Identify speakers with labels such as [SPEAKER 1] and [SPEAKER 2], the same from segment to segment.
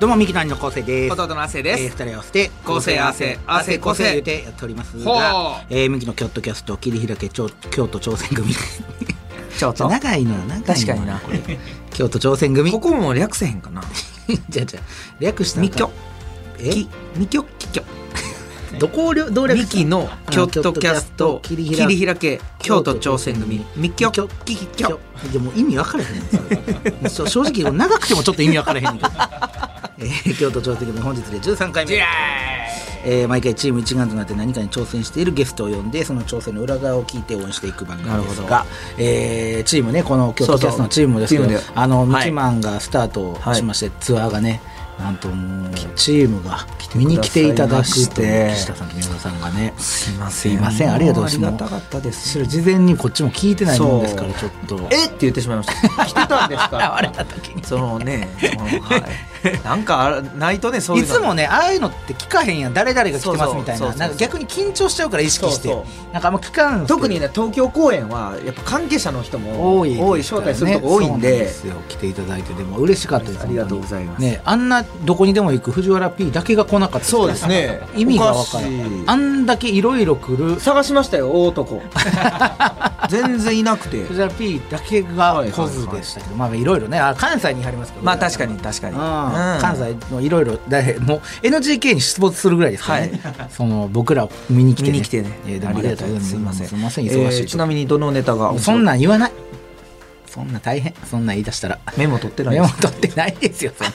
[SPEAKER 1] どうもミキの兄の昴生です
[SPEAKER 2] 弟の亜生
[SPEAKER 1] え
[SPEAKER 2] で
[SPEAKER 1] ー、
[SPEAKER 2] す、
[SPEAKER 1] 二人合わせて
[SPEAKER 2] 昴生亜生
[SPEAKER 1] 亜生
[SPEAKER 2] 亜生昴
[SPEAKER 1] 構
[SPEAKER 2] 生
[SPEAKER 1] 成言うてやっております
[SPEAKER 2] ほ
[SPEAKER 1] が
[SPEAKER 2] う
[SPEAKER 1] えー、ミキのキョットキャスト切り開け京京都挑戦 組
[SPEAKER 2] ちょっ と
[SPEAKER 1] 長いのよ長いのよ
[SPEAKER 2] 確かにな
[SPEAKER 1] これ 京都挑戦組
[SPEAKER 2] ここも略せへんかな
[SPEAKER 1] じゃあじゃあ略した
[SPEAKER 2] ミキョ
[SPEAKER 1] え
[SPEAKER 2] ミキョキキョ
[SPEAKER 1] どこをりょどう略
[SPEAKER 2] ミキのキョットキャスト切り
[SPEAKER 1] 開け
[SPEAKER 2] 開け京都挑戦組ミキョキキキョ
[SPEAKER 1] いやもう意味分からへんねんそれもう 正正直長くてもちょっと意味分からへんねんけどえー京都挑戦組本日で13回目えー毎回チーム一丸となって何かに挑戦しているゲストを呼んでその挑戦の裏側を聞いて応援していく番組です
[SPEAKER 2] な
[SPEAKER 1] が、えーチームねこの京都キャストのチームですけど
[SPEAKER 2] そうそうチームで
[SPEAKER 1] あのミ
[SPEAKER 2] はい
[SPEAKER 1] キマンがスタートしまして、ツアーがねなんともうチームが見に来ていただくという岸田さんと三浦さんがね
[SPEAKER 2] すいま
[SPEAKER 1] す
[SPEAKER 2] せん
[SPEAKER 1] いませんありがとうございます
[SPEAKER 2] もありがたかったです
[SPEAKER 1] むしろ事前にこっちも聞いてないもんですからち
[SPEAKER 2] そ
[SPEAKER 1] ょっ
[SPEAKER 2] う
[SPEAKER 1] と
[SPEAKER 2] えって言ってしまいました 来てたんで すか
[SPEAKER 1] 現れた時に
[SPEAKER 2] そ のねそのはいなんかあらないとねそういう
[SPEAKER 1] い
[SPEAKER 2] の
[SPEAKER 1] つもねああいうのって聞かへんやん誰々が来てますみたい
[SPEAKER 2] そうそうそう
[SPEAKER 1] な
[SPEAKER 2] そう
[SPEAKER 1] なんか逆に緊張しちゃうから意識して
[SPEAKER 2] そう
[SPEAKER 1] なんかあんま聞かん
[SPEAKER 2] 特にね東京公演はやっぱ関係者の人も
[SPEAKER 1] 多いですからね
[SPEAKER 2] 多い招待するとこ多い
[SPEAKER 1] そ
[SPEAKER 2] ん
[SPEAKER 1] うなん
[SPEAKER 2] で
[SPEAKER 1] ですよ来ていただいてでも嬉しかったです
[SPEAKER 2] ありがとうございま
[SPEAKER 1] 本
[SPEAKER 2] す
[SPEAKER 1] 当にねあんなどこにでも行く藤原 P だけが来なかったってい
[SPEAKER 2] そうですね
[SPEAKER 1] 意味が分から
[SPEAKER 2] おかし
[SPEAKER 1] ん
[SPEAKER 2] い
[SPEAKER 1] あんだけいろいろ来る
[SPEAKER 2] 探しましたよ大 男全然いなくて
[SPEAKER 1] 藤原 P だけが来ずでしたけどまあいろいろねあ関西にあり ますけど
[SPEAKER 2] まあ確かに確かに、
[SPEAKER 1] ああ
[SPEAKER 2] うん
[SPEAKER 1] 関西のいろいろだもう NGK に出没するぐらいですからね、 その僕らを見に来て、ね、
[SPEAKER 2] 見に来てね
[SPEAKER 1] えーでもありがとうございます
[SPEAKER 2] ありがとうございますす
[SPEAKER 1] いません
[SPEAKER 2] え
[SPEAKER 1] 忙しい
[SPEAKER 2] ーちなみにどのネタが
[SPEAKER 1] そんなん言わないそんな大変そんなん言い出したら
[SPEAKER 2] メモ取ってない
[SPEAKER 1] メ
[SPEAKER 2] で
[SPEAKER 1] モ
[SPEAKER 2] す
[SPEAKER 1] 取ってないですよそんな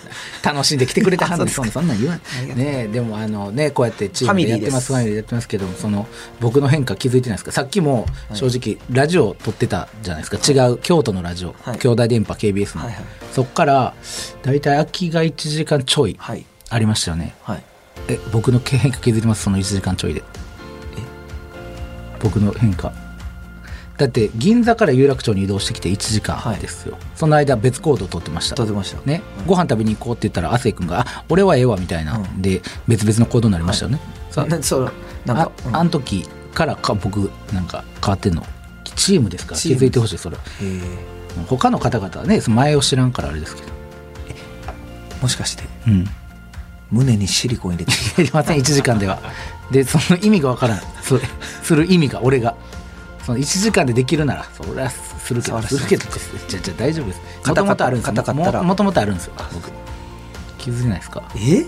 [SPEAKER 1] 楽しんで来てくれた はずですそんなそんなん言わないねえでもあのねこうやってチームでやってます
[SPEAKER 2] フ
[SPEAKER 1] ファミ
[SPEAKER 2] ァ
[SPEAKER 1] リーでやってますけどその僕の変化気づいてないですかさっきも正直、ラジオ撮ってたじゃないですか違う京都のラジオ、
[SPEAKER 2] はい
[SPEAKER 1] 兄弟電波 KBS の、
[SPEAKER 2] はいはい
[SPEAKER 1] そっから大体空きが1時間ちょい
[SPEAKER 2] はい
[SPEAKER 1] ありましたよね、
[SPEAKER 2] はい
[SPEAKER 1] え僕の変化気づきますその1時間ちょいで僕の変化だって銀座から有楽町に移動してきて1時間ですよ、その間別行動を取ってました
[SPEAKER 2] 取ってました
[SPEAKER 1] ね、ご飯食べに行こうって言ったら亜生君が「あ俺はええわ」みたいな、
[SPEAKER 2] うん
[SPEAKER 1] で別々の行動になりましたよね、
[SPEAKER 2] そ
[SPEAKER 1] あ
[SPEAKER 2] うそうなんかうん
[SPEAKER 1] ああの時からか僕なんか変わってんのチームですから
[SPEAKER 2] チ
[SPEAKER 1] 気
[SPEAKER 2] ーム
[SPEAKER 1] づいてほしいそれ
[SPEAKER 2] えー
[SPEAKER 1] 他の方々はねその前を知らんからあれですけど
[SPEAKER 2] もしかして
[SPEAKER 1] うん
[SPEAKER 2] 胸にシリコン入れてる
[SPEAKER 1] やりません1時 間ではでその意味がわからんそれする意味が俺がその1時間でできるならそれはするけど
[SPEAKER 2] そうです
[SPEAKER 1] するけどってじゃあじゃあ大丈夫ですも
[SPEAKER 2] 肩
[SPEAKER 1] ともとあるんです
[SPEAKER 2] 肩肩肩
[SPEAKER 1] ももともとあるんですよ僕気づいてないですか
[SPEAKER 2] え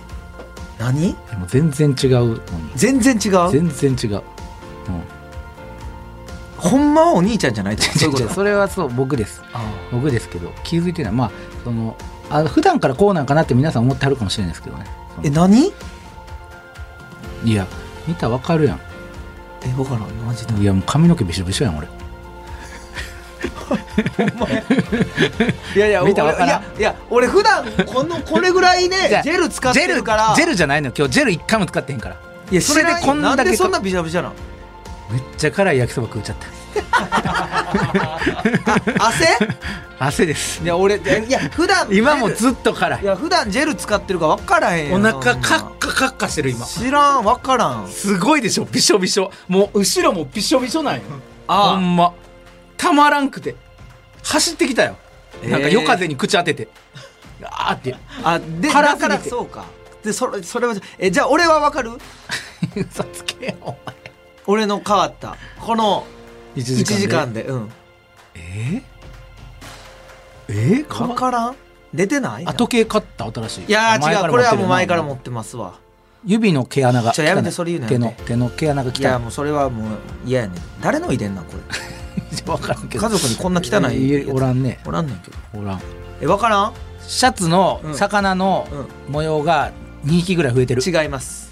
[SPEAKER 2] 何
[SPEAKER 1] でも全然違うのに
[SPEAKER 2] 全然違う
[SPEAKER 1] 全然違う、 うん、
[SPEAKER 2] ほんまはお兄ちゃんじゃない ってそういうこ
[SPEAKER 1] じゃ
[SPEAKER 2] と
[SPEAKER 1] あそれはそう僕です
[SPEAKER 2] あ
[SPEAKER 1] 僕ですけど気づいてないまあそのあ普段からこうなんかなって皆さん思ってはるかもしれないですけどね
[SPEAKER 2] ーえ何
[SPEAKER 1] いや見たらわかるやん
[SPEAKER 2] え分からんマジで
[SPEAKER 1] いやもう髪の毛びしょびしょやん俺
[SPEAKER 2] いやいや
[SPEAKER 1] 見た
[SPEAKER 2] 俺
[SPEAKER 1] わからん
[SPEAKER 2] いやいや俺普段このこれぐらいで
[SPEAKER 1] じゃあ
[SPEAKER 2] ジェル使ってるから
[SPEAKER 1] ジェルジェルじゃないのよ今日ジェル一回も使ってへんから
[SPEAKER 2] いや
[SPEAKER 1] それでこんだけ
[SPEAKER 2] なんでそんなビシャビシャなの
[SPEAKER 1] めっちゃ辛い焼きそば食っちゃった
[SPEAKER 2] 汗
[SPEAKER 1] 汗です
[SPEAKER 2] いや俺いや普段
[SPEAKER 1] 今も
[SPEAKER 2] っ
[SPEAKER 1] ずっと辛
[SPEAKER 2] い
[SPEAKER 1] い
[SPEAKER 2] や普段ジェル使ってるから分からへん
[SPEAKER 1] お
[SPEAKER 2] よな
[SPEAKER 1] 腹
[SPEAKER 2] そんな
[SPEAKER 1] カッカカッカしてる今
[SPEAKER 2] 知らん分からん
[SPEAKER 1] すごいでしょびしょびしょもう後ろもびしょびしょなんよ
[SPEAKER 2] ああ
[SPEAKER 1] ほんまたまらんくて走ってきたよ、なんか夜風に口当ててあーって
[SPEAKER 2] あで
[SPEAKER 1] 辛すぎ
[SPEAKER 2] だ
[SPEAKER 1] て
[SPEAKER 2] からそうかでそれそれはえじゃあ俺は分かる
[SPEAKER 1] 嘘つけよお前
[SPEAKER 2] 俺の変わったこの
[SPEAKER 1] 1
[SPEAKER 2] 1
[SPEAKER 1] で
[SPEAKER 2] 時間でうん
[SPEAKER 1] えー、えー、か
[SPEAKER 2] 分からん出てない
[SPEAKER 1] あ時計買った新しい
[SPEAKER 2] いや
[SPEAKER 1] 前か
[SPEAKER 2] ー違う
[SPEAKER 1] ら持
[SPEAKER 2] これは
[SPEAKER 1] って
[SPEAKER 2] もう
[SPEAKER 1] る
[SPEAKER 2] 前から持ってますわ
[SPEAKER 1] 指の毛穴が
[SPEAKER 2] ちょやめて
[SPEAKER 1] 汚い
[SPEAKER 2] それ言うの
[SPEAKER 1] 手
[SPEAKER 2] やめ
[SPEAKER 1] の
[SPEAKER 2] て
[SPEAKER 1] 手の毛穴が
[SPEAKER 2] いや
[SPEAKER 1] 汚
[SPEAKER 2] もうそれはもう嫌やねん誰の遺伝なんこれ
[SPEAKER 1] い わからんけど
[SPEAKER 2] 家族にこんな汚いやつ
[SPEAKER 1] えーおらんね
[SPEAKER 2] おらんねんけど
[SPEAKER 1] おらん
[SPEAKER 2] え分からん
[SPEAKER 1] シャツの
[SPEAKER 2] うん
[SPEAKER 1] 魚の模様が2匹ぐらい増えてる、
[SPEAKER 2] 違います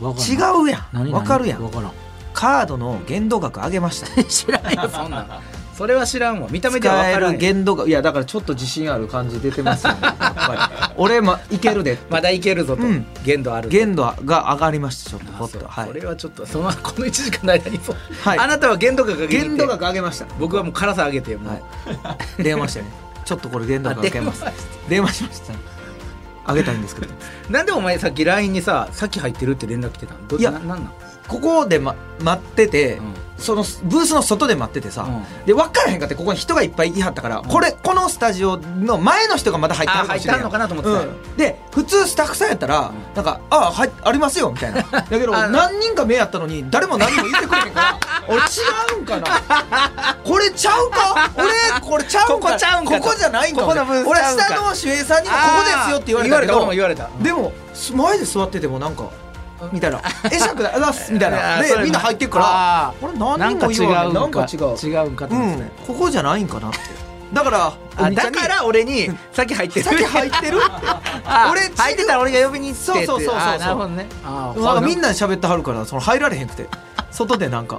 [SPEAKER 1] わからん
[SPEAKER 2] 違うやん
[SPEAKER 1] 何何
[SPEAKER 2] 分かるやん
[SPEAKER 1] わからん
[SPEAKER 2] カードの限度額上げました
[SPEAKER 1] 知らんよそんなんそれは知らんわ見た目では
[SPEAKER 2] 使
[SPEAKER 1] 分か
[SPEAKER 2] え
[SPEAKER 1] ら
[SPEAKER 2] る
[SPEAKER 1] んよ
[SPEAKER 2] 限度がいやだからちょっと自信ある感じ出 てますよねやっぱり俺もいけるで
[SPEAKER 1] まだいけるぞと、
[SPEAKER 2] うん
[SPEAKER 1] 限度あるぞ
[SPEAKER 2] 限度が上がりましたちょっとポッとは
[SPEAKER 1] こ
[SPEAKER 2] い
[SPEAKER 1] れはちょっとそのこの1時間の間にそう、
[SPEAKER 2] はい
[SPEAKER 1] あなたは限度額が
[SPEAKER 2] 限度額上げました
[SPEAKER 1] 僕はもう辛さ上げてもう、
[SPEAKER 2] はい電話したよねちょっとこれ限度
[SPEAKER 1] あ
[SPEAKER 2] 額上げます
[SPEAKER 1] 電話して
[SPEAKER 2] 電話しました上げたいんですけど
[SPEAKER 1] なんでお前さっき LINE にささっき入ってるって連絡来てたのど
[SPEAKER 2] いや
[SPEAKER 1] ななんなん
[SPEAKER 2] ここで、ま、待ってて、
[SPEAKER 1] うん
[SPEAKER 2] そのブースの外で待っててさ、
[SPEAKER 1] う
[SPEAKER 2] で分からへんかってここに人がいっぱいいはったから、これこのスタジオの前の人がまだ入ってはるかもしれん
[SPEAKER 1] あ入ったんのかなと思ってた
[SPEAKER 2] うんで普通スタッフさんやったら、なんか「ああはいありますよ」みた いなだけど
[SPEAKER 1] あの
[SPEAKER 2] 何人か目やったのに誰も何も言ってくれへんから 俺違うんかなこれちゃうか俺これちゃうんか
[SPEAKER 1] ここちゃうんかと
[SPEAKER 2] ここじゃないんか
[SPEAKER 1] ここのブース
[SPEAKER 2] 俺
[SPEAKER 1] ちゃうんか
[SPEAKER 2] 下の守衛さんにも「ここですよ」って言われた
[SPEAKER 1] あー言われ
[SPEAKER 2] けど
[SPEAKER 1] た俺も言われた
[SPEAKER 2] でもす前で座っててもなんかみたいな 「えしゃくだあざっす」みたい
[SPEAKER 1] あ
[SPEAKER 2] な
[SPEAKER 1] ーそれ
[SPEAKER 2] でみんな入ってくから
[SPEAKER 1] あー
[SPEAKER 2] これ何人も言わんなんか違う
[SPEAKER 1] 違うんかと思って
[SPEAKER 2] うん
[SPEAKER 1] ね、
[SPEAKER 2] ここじゃないんかなってだから
[SPEAKER 1] あ
[SPEAKER 2] お兄ちゃ
[SPEAKER 1] だ
[SPEAKER 2] んに
[SPEAKER 1] から俺にさっき入ってる
[SPEAKER 2] 先入ってるって
[SPEAKER 1] あ
[SPEAKER 2] 俺
[SPEAKER 1] 入ってたら俺が呼びに行ってって
[SPEAKER 2] そうそうそうそう
[SPEAKER 1] あーなるほどねあー
[SPEAKER 2] なんかみん
[SPEAKER 1] な
[SPEAKER 2] なで喋ってはるからその入られへんくて外でなんか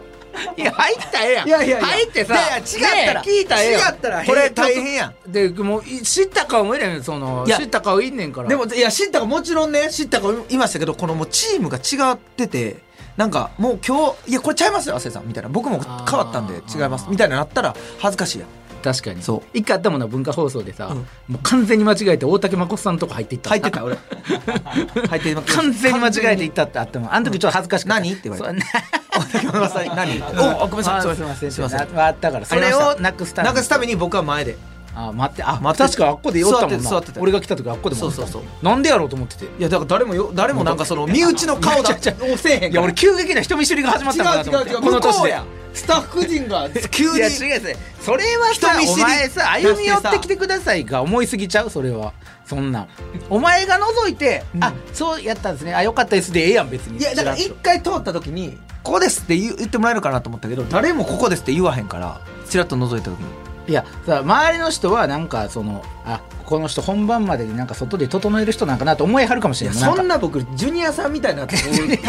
[SPEAKER 1] いや入ったらええやん
[SPEAKER 2] いやいやいや
[SPEAKER 1] 入ってさ
[SPEAKER 2] いやいや違ったら
[SPEAKER 1] ねえ聞いたらええやん
[SPEAKER 2] 違ったら
[SPEAKER 1] これ
[SPEAKER 2] 大変や
[SPEAKER 1] んでもうい知った顔もいれんその
[SPEAKER 2] いや
[SPEAKER 1] 知った顔いんねんから
[SPEAKER 2] でもいや知ったかもちろんね知ったかいましたけどこのもうチームが違っててなんかもう今日「いやこれちゃいますよ亜生さん」みたいな僕も変わったんで
[SPEAKER 1] あー
[SPEAKER 2] 違いますみたいななったら恥ずかしい やん
[SPEAKER 1] 確かに
[SPEAKER 2] そう
[SPEAKER 1] 一回あったもんな文化放送でさ、
[SPEAKER 2] うん
[SPEAKER 1] もう完全に間違えて大竹まこさんのとこ入っていった
[SPEAKER 2] 入ってた 俺入ってます
[SPEAKER 1] 完全に間違えていったってあったもんあの時ちょっと恥ずかしかった、
[SPEAKER 2] 何って言われた
[SPEAKER 1] れた
[SPEAKER 2] ごめんなさい 何おあごめんなさい
[SPEAKER 1] すいません
[SPEAKER 2] すいません
[SPEAKER 1] なあったからそれをなくすため
[SPEAKER 2] な
[SPEAKER 1] に
[SPEAKER 2] くすために僕は前で
[SPEAKER 1] あ待ってあ
[SPEAKER 2] 待って
[SPEAKER 1] 確かあっこで酔ったもんな
[SPEAKER 2] 座って座ってた
[SPEAKER 1] 俺が来た時あっこでも
[SPEAKER 2] そうそうそう
[SPEAKER 1] なんでやろうと思っててい
[SPEAKER 2] いやだから誰もよ誰もなんかその身内の 顔だ
[SPEAKER 1] 違う違う
[SPEAKER 2] をせえへんから
[SPEAKER 1] や俺急激な人見知りが始まったんだなと思って
[SPEAKER 2] 違う違う違う
[SPEAKER 1] この
[SPEAKER 2] 向
[SPEAKER 1] 年
[SPEAKER 2] こう
[SPEAKER 1] で
[SPEAKER 2] やスタッフ陣が急
[SPEAKER 1] い
[SPEAKER 2] に
[SPEAKER 1] や違う違うそれはさ
[SPEAKER 2] 人見知
[SPEAKER 1] お
[SPEAKER 2] り
[SPEAKER 1] 前さ歩み寄ってきてくださいが思いすぎちゃうそれはそんなんお前が覗いて、
[SPEAKER 2] ん
[SPEAKER 1] あそうやったんですねあよかったですでええやん別に
[SPEAKER 2] いやだから
[SPEAKER 1] ち
[SPEAKER 2] 一
[SPEAKER 1] らっ
[SPEAKER 2] 回通った時に「ここです」って言う言ってもらえるかなと思ったけど誰も「ここです」って言わへんからちらっと覗いた時に
[SPEAKER 1] といやさ周りの人はなんかそのあこの人本番までになんか外で整える人なんかなと思いはるかもしれない
[SPEAKER 2] そんな僕ジュニアさんみたいなタ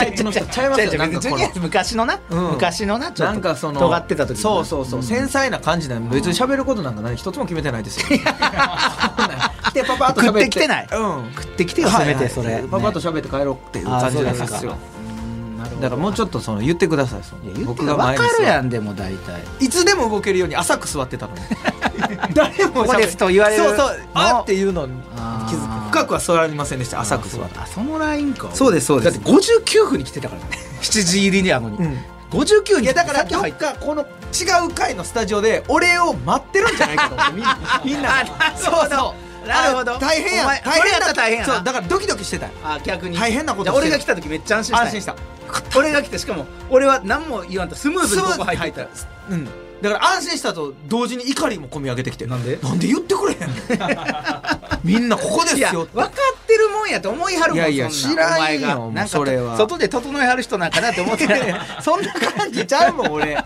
[SPEAKER 2] イプの 人ちゃいますよ
[SPEAKER 1] 違う違う
[SPEAKER 2] なんか
[SPEAKER 1] 別
[SPEAKER 2] こ
[SPEAKER 1] に
[SPEAKER 2] の
[SPEAKER 1] 昔のな、
[SPEAKER 2] うん
[SPEAKER 1] 昔のなちょっと
[SPEAKER 2] なんかその
[SPEAKER 1] 尖ってた時の
[SPEAKER 2] そうそうそう、繊細な感じなんで別に喋ることなんか何一つも決めてないですよそんな来てパパッと喋っ
[SPEAKER 1] 食
[SPEAKER 2] て
[SPEAKER 1] ってきてない
[SPEAKER 2] うん
[SPEAKER 1] 食ってきてよせめてそれ、
[SPEAKER 2] はいはいパパッと喋って帰ろうっていう
[SPEAKER 1] あ
[SPEAKER 2] 感じ
[SPEAKER 1] そう
[SPEAKER 2] な
[SPEAKER 1] で
[SPEAKER 2] ん
[SPEAKER 1] す
[SPEAKER 2] で
[SPEAKER 1] か
[SPEAKER 2] すよ
[SPEAKER 1] うんなるほど
[SPEAKER 2] だからもうちょっとその言ってくださいその
[SPEAKER 1] いや言って
[SPEAKER 2] 僕
[SPEAKER 1] た
[SPEAKER 2] が
[SPEAKER 1] わ
[SPEAKER 2] 前に
[SPEAKER 1] か
[SPEAKER 2] 座
[SPEAKER 1] るやんでも大体
[SPEAKER 2] いつでも動けるように浅く座って たのに誰も
[SPEAKER 1] ここですと言われる
[SPEAKER 2] そうそう
[SPEAKER 1] の
[SPEAKER 2] あっていうのに気
[SPEAKER 1] あー
[SPEAKER 2] づく深くは座りませんでした浅く座って
[SPEAKER 1] あそのラインか
[SPEAKER 2] そうですそうです
[SPEAKER 1] だって59分に来てたからね 7時入りにあのに、
[SPEAKER 2] うん
[SPEAKER 1] 59に
[SPEAKER 2] いやだから
[SPEAKER 1] さっき
[SPEAKER 2] ど
[SPEAKER 1] 入
[SPEAKER 2] っ
[SPEAKER 1] っ
[SPEAKER 2] かこの違う回のスタジオで俺を待ってるんじゃない かと思ってみんなみんながそうそう
[SPEAKER 1] なるほど
[SPEAKER 2] あ大変や
[SPEAKER 1] お前
[SPEAKER 2] 大
[SPEAKER 1] これや
[SPEAKER 2] 変
[SPEAKER 1] ったら大変やな
[SPEAKER 2] そうだからドキドキしてたよ
[SPEAKER 1] あ逆に
[SPEAKER 2] 大変なこ
[SPEAKER 1] じ
[SPEAKER 2] と
[SPEAKER 1] ゃあ
[SPEAKER 2] して
[SPEAKER 1] 俺
[SPEAKER 2] る
[SPEAKER 1] が来た時めっちゃ安心した
[SPEAKER 2] 安心した
[SPEAKER 1] た俺が来てしかも俺は何も言わんとスムーズにここ入っていった
[SPEAKER 2] スムーズに入ったうんだから安心したと同時に怒りも込み上げてきて
[SPEAKER 1] なんで
[SPEAKER 2] なんで言ってくれへんの みんなここです
[SPEAKER 1] いや
[SPEAKER 2] よ
[SPEAKER 1] 分
[SPEAKER 2] って
[SPEAKER 1] かってるもんやと思いはるもん
[SPEAKER 2] いやいや
[SPEAKER 1] そんな
[SPEAKER 2] 知
[SPEAKER 1] ん
[SPEAKER 2] らんよ
[SPEAKER 1] お前が
[SPEAKER 2] もう
[SPEAKER 1] なんか
[SPEAKER 2] それは
[SPEAKER 1] 外で整えはる人なんかなって思ってた
[SPEAKER 2] そんな感じちゃうもん俺考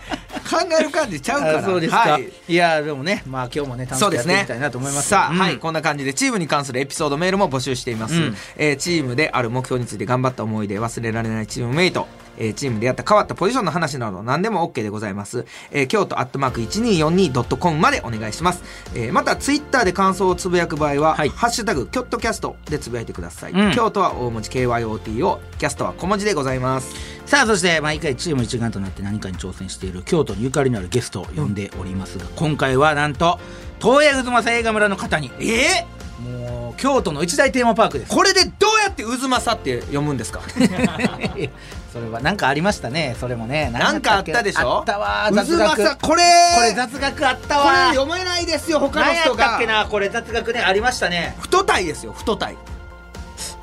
[SPEAKER 2] える感じちゃうから
[SPEAKER 1] あそうですか、
[SPEAKER 2] はい
[SPEAKER 1] い、やでもねまあ今日もね楽し
[SPEAKER 2] そう
[SPEAKER 1] く
[SPEAKER 2] で
[SPEAKER 1] やっ
[SPEAKER 2] す
[SPEAKER 1] てい
[SPEAKER 2] ね
[SPEAKER 1] きたいなと思います
[SPEAKER 2] さあ、
[SPEAKER 1] うん
[SPEAKER 2] はいこんな感じでチームに関するエピソードメールも募集しています、
[SPEAKER 1] うん
[SPEAKER 2] えーチームである目標について頑張った思い出忘れられないチームメイトえーチームでやった変わったポジションの話など何でも OK でございます。えー、京都アットマーク 1242.com までお願いします。えーまた、ツイッターで感想をつぶやく場合は、
[SPEAKER 1] はい
[SPEAKER 2] ハッシュタグ、キョットキャストでつぶやいてください。
[SPEAKER 1] うん
[SPEAKER 2] 京都は大文字 KYOT を、キャストは小文字でございます。
[SPEAKER 1] さあそして毎回チーム一丸となって何かに挑戦している京都にゆかりのあるゲストを呼んでおりますが、今回はなんと東映渦政映画村の方に
[SPEAKER 2] ええ
[SPEAKER 1] もう京都の一大テーマパーク です
[SPEAKER 2] これでどうやって渦政って読むんですか
[SPEAKER 1] それはなんかありましたねそれもね
[SPEAKER 2] なんかあったでしょ
[SPEAKER 1] あったわ
[SPEAKER 2] 渦
[SPEAKER 1] 雑学
[SPEAKER 2] 政
[SPEAKER 1] こ
[SPEAKER 2] これ
[SPEAKER 1] れ雑学あった
[SPEAKER 2] こ
[SPEAKER 1] わ
[SPEAKER 2] れ読めないですよ他の
[SPEAKER 1] 何や
[SPEAKER 2] 人
[SPEAKER 1] った
[SPEAKER 2] が
[SPEAKER 1] っけなこれ雑学ねありましたね
[SPEAKER 2] 太体ですよ太体、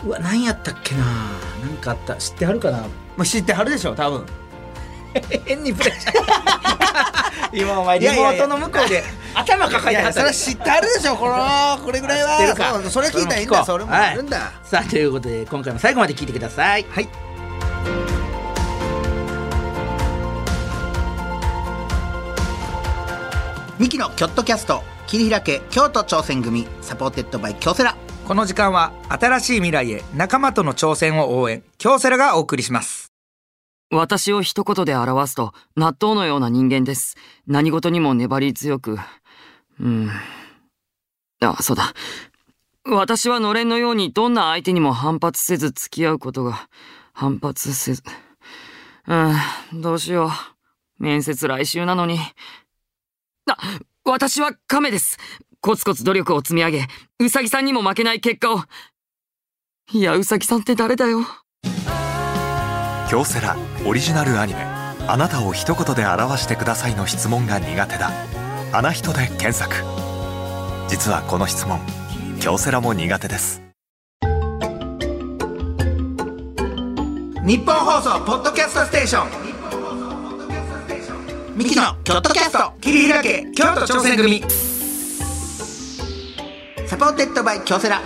[SPEAKER 1] うわ何やったっけななんかあった知ってはるかな
[SPEAKER 2] まあ、知ってはるでしょ多分
[SPEAKER 1] 変にプレッシャー 今お前
[SPEAKER 2] い
[SPEAKER 1] リモ
[SPEAKER 2] やいやい
[SPEAKER 1] ー
[SPEAKER 2] や
[SPEAKER 1] トの向こうで頭抱えてはったでしょ
[SPEAKER 2] ってはるでしょ このこれぐ
[SPEAKER 1] 知ってるか
[SPEAKER 2] そうそれ聞いたらいいんだそれもあるんだ、
[SPEAKER 1] さあということで今回も最後まで聞いてください
[SPEAKER 2] はい
[SPEAKER 3] ミキのキョットキャスト切り開け京都挑戦組サポーテッドバイ京セラ
[SPEAKER 2] この時間は新しい未来へ仲間との挑戦を応援京セラがお送りします
[SPEAKER 4] 私を一言で表すと、納豆のような人間です。何事にも粘り強く。うん。あ、そうだ。私はのれんのようにどんな相手にも反発せず付き合うことが、反発せず。うん、どうしよう。面接来週なのに。あ、私は亀です。コツコツ努力を積み上げ、うさぎさんにも負けない結果を。いや、うさぎさんって誰だよ。
[SPEAKER 5] 京セラオリジナルアニメ「あなたを一言で表してください」の質問が苦手だ「あな人」で検索実はこの質問京セラも苦手です
[SPEAKER 3] 日本放送ポッドキャストステーションミキのキョットキャスト切り開け京都挑戦組サポーテッドバイ京セラ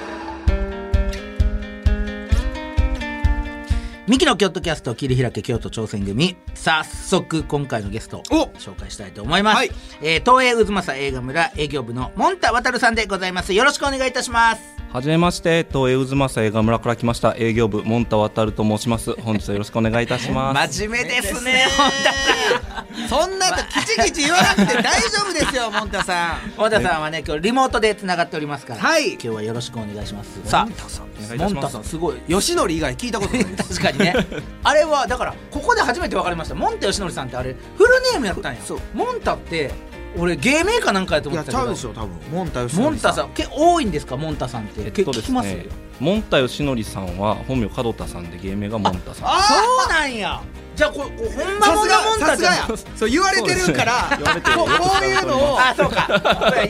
[SPEAKER 1] ミキの京都キャスト切り開け京都挑戦組早速今回のゲストを
[SPEAKER 2] お
[SPEAKER 1] 紹介したいと思います、
[SPEAKER 2] はい
[SPEAKER 1] えー東映渦政映画村営業部のモンタ渡さんでございますよろしくお願いいたします
[SPEAKER 6] はじめまして、東映渦政映画村から来ました営業部モンタワタルと申します。本日はよろしくお願いいたします。
[SPEAKER 2] 真面目ですねそんなとキチキチ言わなくて大丈夫ですよモンタさん
[SPEAKER 1] モンタさんはね今日リモートでつながっておりますから、
[SPEAKER 2] はい
[SPEAKER 1] 今日はよろしくお願いしますさ
[SPEAKER 2] モンタさん
[SPEAKER 1] あモンタさんすごい
[SPEAKER 2] 吉典以外聞いたことないで す
[SPEAKER 1] 確かにねあれはだからここで初めて分かりましたモンタヨシノリさんってあれフルネームやったんや
[SPEAKER 2] そう
[SPEAKER 1] モンタって俺芸名かなんかやと
[SPEAKER 2] い
[SPEAKER 1] 思っ
[SPEAKER 2] や
[SPEAKER 1] て
[SPEAKER 2] ち
[SPEAKER 1] たけ
[SPEAKER 2] ゃう
[SPEAKER 1] ど
[SPEAKER 2] でしょ多分モンタ吉典
[SPEAKER 1] モンタさんけ多いんですかモンタさんって、
[SPEAKER 6] えっ
[SPEAKER 1] け
[SPEAKER 6] とで
[SPEAKER 1] 聞
[SPEAKER 6] す
[SPEAKER 1] きます、
[SPEAKER 6] ね、モンタヨシノリさんは本名門田さんで芸名がモンタさん。
[SPEAKER 1] そうなんやじゃあここほんま
[SPEAKER 2] さ
[SPEAKER 1] も
[SPEAKER 2] す
[SPEAKER 1] ん
[SPEAKER 2] が
[SPEAKER 1] だもん
[SPEAKER 2] さ
[SPEAKER 1] た
[SPEAKER 2] す
[SPEAKER 1] じゃ
[SPEAKER 2] が
[SPEAKER 1] ん
[SPEAKER 2] やそう言われてるから
[SPEAKER 6] 言われてる
[SPEAKER 2] こうこういうのを
[SPEAKER 1] あそうか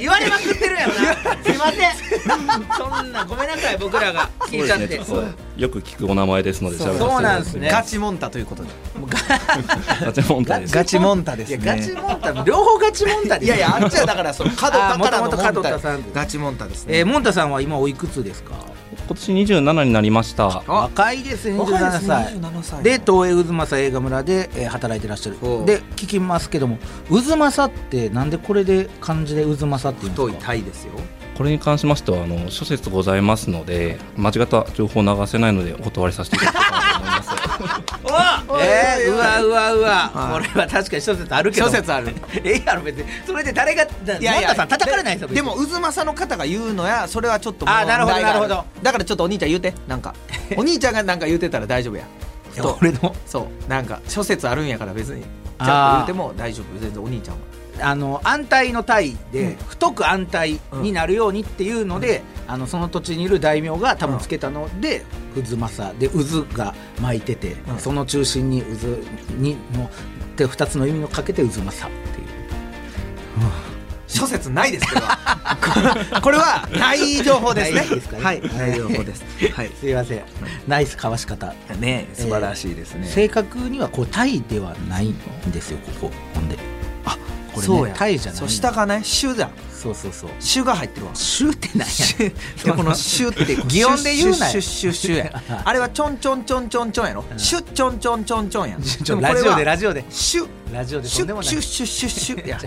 [SPEAKER 1] 言われまくってるやろなすいませんそんなごめんなさい僕らが聞いちゃって
[SPEAKER 6] ちょっとよく聞くお名前ですので、
[SPEAKER 1] そう
[SPEAKER 6] 喋らせていただきま
[SPEAKER 1] そうなんですね
[SPEAKER 2] ガチモンタということで
[SPEAKER 6] ガチモンタです。
[SPEAKER 2] ガチモンタです
[SPEAKER 1] いや
[SPEAKER 2] ね
[SPEAKER 1] ガチモンタ両方ガチモンタで
[SPEAKER 2] い
[SPEAKER 1] す
[SPEAKER 2] やいやあっちはだからその角田からのモンタ
[SPEAKER 1] あー元々角田さん
[SPEAKER 2] ガチモンタですね
[SPEAKER 1] えー、モンタさんは今おいくつですか
[SPEAKER 6] 今年二十七になりました。
[SPEAKER 2] あ
[SPEAKER 1] 若いですね
[SPEAKER 2] 若いで
[SPEAKER 1] 27
[SPEAKER 2] すね
[SPEAKER 1] 歳
[SPEAKER 2] 27歳
[SPEAKER 1] で東映渦政映画村で、えー働いてらっしゃる
[SPEAKER 2] ほう
[SPEAKER 1] で聞きますけども渦政ってなんでこれで漢字で渦政って言うん
[SPEAKER 2] 太い
[SPEAKER 1] ですか
[SPEAKER 2] タイですよ
[SPEAKER 6] これに関しましてはあの諸説ございますので、間違った情報を流せないのでお断りさせていただきたいと思います。
[SPEAKER 1] えー、うわうわうわ、
[SPEAKER 2] はい
[SPEAKER 1] これは確かに諸説あるけど
[SPEAKER 2] 諸説ある
[SPEAKER 1] ええやろ別にそれで誰がだ
[SPEAKER 2] いやいや
[SPEAKER 1] モンタさん叩かれないですよ別
[SPEAKER 2] で
[SPEAKER 1] に
[SPEAKER 2] も渦政の方が言うのやそれはちょっと
[SPEAKER 1] あーなるほど
[SPEAKER 2] 問題があ
[SPEAKER 1] なるほ
[SPEAKER 2] だからちょっとお兄ちゃん言うてな んかお兄ちゃんがなんか言うてたら大丈夫やと
[SPEAKER 1] 俺の
[SPEAKER 2] そうなんか諸説あるんやから別にち
[SPEAKER 1] あー
[SPEAKER 2] ゃんと言うても大丈夫全然お兄ちゃんは
[SPEAKER 1] あの安泰の泰で、
[SPEAKER 2] うん
[SPEAKER 1] 太く安泰になるようにっていうので、あのその土地にいる大名が多分つけたので、渦政で渦が巻いてて、
[SPEAKER 2] うん
[SPEAKER 1] その中心に渦にのって2つの意味をかけて渦政っていう
[SPEAKER 2] 諸説ないですけど これこれはない情報ですね
[SPEAKER 1] ないですかね
[SPEAKER 2] はい
[SPEAKER 1] ない情報です
[SPEAKER 2] はい
[SPEAKER 1] すいませんナイスかわし方
[SPEAKER 2] ね素晴らしいですね、
[SPEAKER 1] 正確にはこうタイではないんですよここほんであこれ
[SPEAKER 2] そう
[SPEAKER 1] ね
[SPEAKER 2] や
[SPEAKER 1] タイじゃない
[SPEAKER 2] そう下がね「衆」だ
[SPEAKER 1] そうそうそう
[SPEAKER 2] 「衆」が入ってるわ
[SPEAKER 1] シューってなんやねん
[SPEAKER 2] でこの「シュ」って擬音で言うなよ「シュッシュッシュッシュッ」やあれはちょんちょんちょんちょんちょんやろ「シュッちょんちょんちょんちょん」や
[SPEAKER 1] ちょラジオでラ
[SPEAKER 2] ジ
[SPEAKER 1] ジオで
[SPEAKER 2] オ「シュ」
[SPEAKER 1] ラジオで
[SPEAKER 2] シ
[SPEAKER 1] と
[SPEAKER 2] ュ
[SPEAKER 1] んでも
[SPEAKER 2] ッ
[SPEAKER 1] ない
[SPEAKER 2] シュッシュッシュッシュッや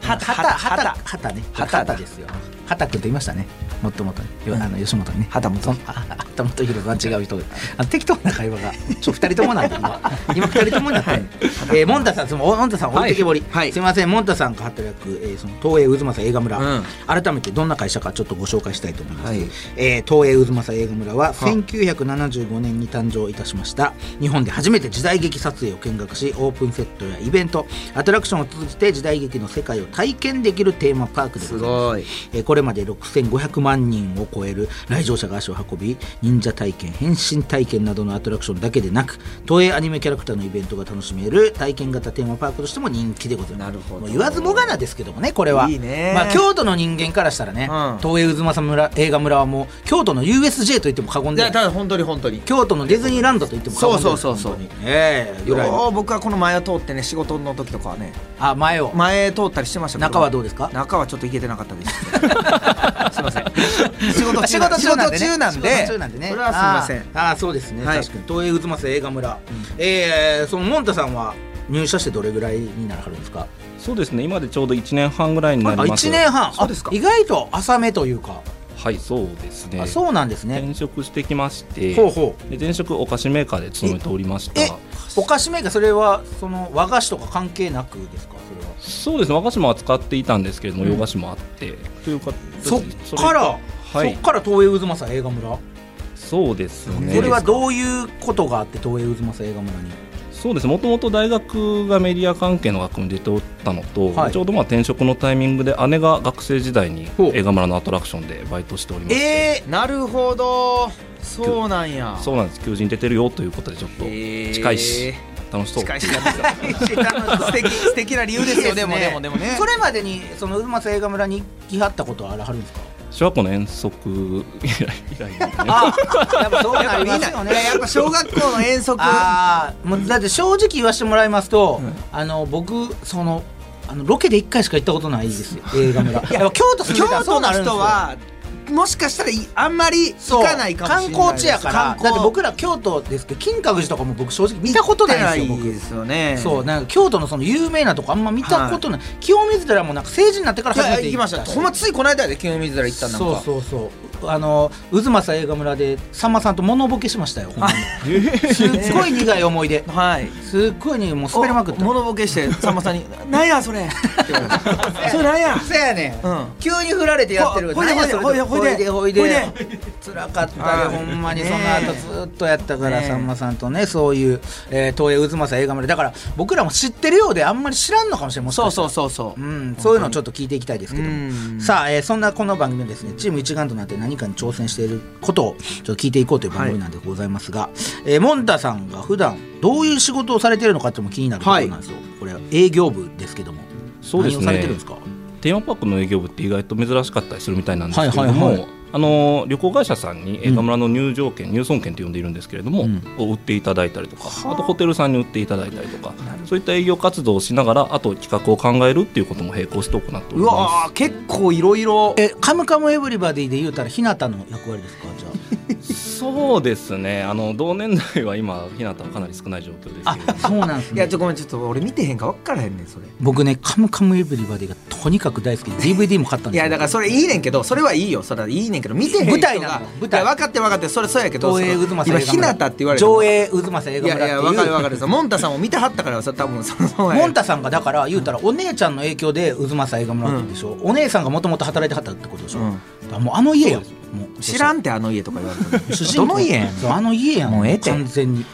[SPEAKER 1] はたはたはたはたねは
[SPEAKER 2] は
[SPEAKER 1] た
[SPEAKER 2] た
[SPEAKER 1] ですよはたくんと言いましたねもっともっとねよあの吉本にね
[SPEAKER 2] 旗本
[SPEAKER 1] あ旗本博は違う人あの適当な会話がちょ二人ともなんで今今二人ともになってる、えー、モンタさんそのモンタさん置いてけぼり、
[SPEAKER 2] はい
[SPEAKER 1] すいませんモンタさんが働く、えー、その東映渦政映画村、
[SPEAKER 2] うん
[SPEAKER 1] 改めてどんな会社かちょっとご紹介したいと思います、
[SPEAKER 2] はい
[SPEAKER 1] えー東映渦政映画村は1975年に誕生いたしました日本で初めて時代劇撮影を見学しオープンセットやイベントアトラクションを通じて時代劇の世界を体験できるテーマパークでございます
[SPEAKER 2] い
[SPEAKER 1] えーこれまで6500万人を超える来場者が足を運び忍者体験変身体験などのアトラクションだけでなく東映アニメキャラクターのイベントが楽しめる体験型テーマパークとしても人気でございます
[SPEAKER 2] なるほど
[SPEAKER 1] もう言わずもがなですけどもねこれはい
[SPEAKER 2] いね
[SPEAKER 1] まあ、京都の人間からしたらね、
[SPEAKER 2] うん
[SPEAKER 1] 東映渦政村映画村はもう京都の USJ と言っても過言
[SPEAKER 2] い
[SPEAKER 1] では
[SPEAKER 2] や
[SPEAKER 1] ない
[SPEAKER 2] ただ本当に本当に
[SPEAKER 1] 京都のディズニーランドと言っても過言ではない
[SPEAKER 2] そうそうそうそう
[SPEAKER 1] 本当にええぐ
[SPEAKER 2] よ
[SPEAKER 1] らいの
[SPEAKER 2] う僕はこの前を通ってね仕事の時とかはね
[SPEAKER 1] あ前を
[SPEAKER 2] 前通ったりしてましたけ
[SPEAKER 1] 中はどうですか
[SPEAKER 2] 中はちょっと行けてなかったですすいません仕 事
[SPEAKER 1] 仕
[SPEAKER 2] 中な
[SPEAKER 1] 事
[SPEAKER 2] んで
[SPEAKER 1] 中なんでね
[SPEAKER 2] 仕事中なんで
[SPEAKER 1] 仕事中なんでね
[SPEAKER 2] それはすいません
[SPEAKER 1] あーあーそうですね、
[SPEAKER 2] はい
[SPEAKER 1] 確かに東映渦政映画村、えーそのモンタさんは入社してどれぐらいにならはるんですか
[SPEAKER 6] そうですね。今でちょうど一年半ぐらいになり
[SPEAKER 1] あ
[SPEAKER 6] ます。
[SPEAKER 1] 一年半
[SPEAKER 2] そうですか
[SPEAKER 1] あ意外と浅めというか、
[SPEAKER 6] はい、そうですね。
[SPEAKER 1] あそうなんですね
[SPEAKER 6] 転職してきまして。
[SPEAKER 1] ほうほう
[SPEAKER 6] で前職お菓子メーカーで勤めておりました
[SPEAKER 1] えお菓子メーカーそれはその和菓子とか関係なくですかそれは
[SPEAKER 6] そうですね和菓子も扱っていたんですけれども、洋菓子もあってというか
[SPEAKER 1] そっから
[SPEAKER 6] はい
[SPEAKER 1] そっから東映渦政映画村、
[SPEAKER 6] そうですね
[SPEAKER 1] これはどういうことがあって東映渦政映画村に
[SPEAKER 6] そうですもともと大学がメディア関係の学部に出ておったのと、
[SPEAKER 1] はい
[SPEAKER 6] ちょうどまあ転職のタイミングで姉が学生時代に
[SPEAKER 1] ほう
[SPEAKER 6] 映画村のアトラクションでバイトしておりまして、
[SPEAKER 2] えー、なるほどそうなんや
[SPEAKER 6] そうなんです求人出てるよということでちょっと近いし、楽しそう
[SPEAKER 2] 近いし素 敵素敵な理由で
[SPEAKER 1] い
[SPEAKER 2] すよ
[SPEAKER 1] いです
[SPEAKER 2] でも
[SPEAKER 1] ね
[SPEAKER 2] でもでもね
[SPEAKER 1] それまでにその渦政映画村に来はったことはあらはるんですか
[SPEAKER 6] 小学校の遠足 以来以来ですね
[SPEAKER 1] やっぱそうなりますよね
[SPEAKER 2] いややっぱ小学校の遠足
[SPEAKER 1] ああもうだって正直言わせてもらいますと、あの僕そのあのロケで一回しか行ったことないですよ映画村いや京都住ん
[SPEAKER 2] 京
[SPEAKER 1] でたらそ
[SPEAKER 2] 都
[SPEAKER 1] うな
[SPEAKER 2] の
[SPEAKER 1] るんです
[SPEAKER 2] 人
[SPEAKER 1] よ
[SPEAKER 2] はもしかしたらいあんまり
[SPEAKER 1] そ
[SPEAKER 2] 行
[SPEAKER 1] う
[SPEAKER 2] かないかもしれない
[SPEAKER 1] 観光地やから
[SPEAKER 2] 観
[SPEAKER 1] だ
[SPEAKER 2] 光
[SPEAKER 1] って僕ら京都ですけど金閣寺とかも僕正直見たことないん
[SPEAKER 2] 行って
[SPEAKER 1] で
[SPEAKER 2] ないです
[SPEAKER 1] よ
[SPEAKER 2] すよね
[SPEAKER 1] 僕そうなんか京都のその有名なとこあんま見たことない、清水寺もなんか成人になってから
[SPEAKER 2] いや
[SPEAKER 1] 初
[SPEAKER 2] い
[SPEAKER 1] め
[SPEAKER 2] や
[SPEAKER 1] て
[SPEAKER 2] 行きましたほんまついこの間やで清水寺行ったんなんか
[SPEAKER 1] そうそうそうあの渦政映画村でさんまさんとモノボケしましたよほんまにすっごい苦い思い出
[SPEAKER 2] はい
[SPEAKER 1] すっごいねもう滑りまくった
[SPEAKER 2] 物ボケしてさんまさんに「 なんやそれ」って言われてそれなんや」
[SPEAKER 1] そやねん
[SPEAKER 2] うん
[SPEAKER 1] 急に振られてやってる
[SPEAKER 2] ほほいで
[SPEAKER 1] 何やそれ
[SPEAKER 2] ほいでほいで
[SPEAKER 1] ほいで
[SPEAKER 2] ほ
[SPEAKER 1] ほ
[SPEAKER 2] い
[SPEAKER 1] い
[SPEAKER 2] で
[SPEAKER 1] で辛かった
[SPEAKER 2] あ
[SPEAKER 1] で
[SPEAKER 2] ー
[SPEAKER 1] ほんまに
[SPEAKER 2] ね
[SPEAKER 1] その後ずっとやったから
[SPEAKER 2] ねえ
[SPEAKER 1] さんまさんとねそういうえー東映渦政映画村だから僕らも知ってるようであんまり知らんのかもしれないもし
[SPEAKER 2] そ
[SPEAKER 1] か
[SPEAKER 2] う
[SPEAKER 1] したら
[SPEAKER 2] そうそうそう、
[SPEAKER 1] うん、そういうのをちょっと聞いていきたいですけど
[SPEAKER 2] うん
[SPEAKER 1] もさあ、えーそんなこの番組はですねチーム一丸となって何かに挑戦していることをちょっと聞いていこうという番組なんでございますが、えーモンタさんが普段どういう仕事をされてるのかっても気になるところなんですよ、これは営業部ですけども
[SPEAKER 6] そうですね
[SPEAKER 1] 何をされてるんですか
[SPEAKER 6] テーマパークの営業部って意外と珍しかったりするみたいなんですけれども、
[SPEAKER 1] はいはいはい
[SPEAKER 6] あの旅行会社さんに映画村の入場券、入村券と呼んでいるんですけれども、を売っていただいたりとかあとホテルさんに売っていただいたりとかそういった営業活動をしながらあと企画を考えるっていうことも並行して行っており
[SPEAKER 2] う
[SPEAKER 6] ま
[SPEAKER 2] わー結構いろいろ
[SPEAKER 1] え、カムカムエヴリバディで言うたら、日向の役割ですか、 じゃ
[SPEAKER 6] すそうですねあの同年代は今日向はかなり少ない状況ですけれど
[SPEAKER 1] あ。そうなんです
[SPEAKER 2] いやちょごめんちょっと俺見てへんか分からへんねんそれ
[SPEAKER 1] 僕ね、カムカムエヴリバディがとにかく大好きで、DVD も買ったん
[SPEAKER 2] い
[SPEAKER 1] ですよ。
[SPEAKER 2] やだからそれいいねんけどそれはいいよそれはいいねんけど見てへん人が
[SPEAKER 1] 舞台なの舞台
[SPEAKER 2] いや分かって分かってそれそうやけど
[SPEAKER 1] 東映渦政
[SPEAKER 2] 今
[SPEAKER 1] 映画
[SPEAKER 2] 日向って言われても
[SPEAKER 1] 上映渦政映
[SPEAKER 2] い
[SPEAKER 1] 画
[SPEAKER 2] やいや
[SPEAKER 1] 村って
[SPEAKER 2] 分か
[SPEAKER 1] い
[SPEAKER 2] る
[SPEAKER 1] う
[SPEAKER 2] 分かるそのもんたさんも見てはったからそれ多分その
[SPEAKER 1] モンタさんがだから言うたらお姉ちゃんの影響で渦政映画村って言うでしょ、お姉さんがもともと働いてはったってことでしょ、
[SPEAKER 2] うん
[SPEAKER 1] だからもうあの家やんもう
[SPEAKER 2] 知らんってあの家とか言われても
[SPEAKER 1] 主人公
[SPEAKER 2] どの家やん
[SPEAKER 1] そうあの家やん
[SPEAKER 2] もうええて
[SPEAKER 1] 完全に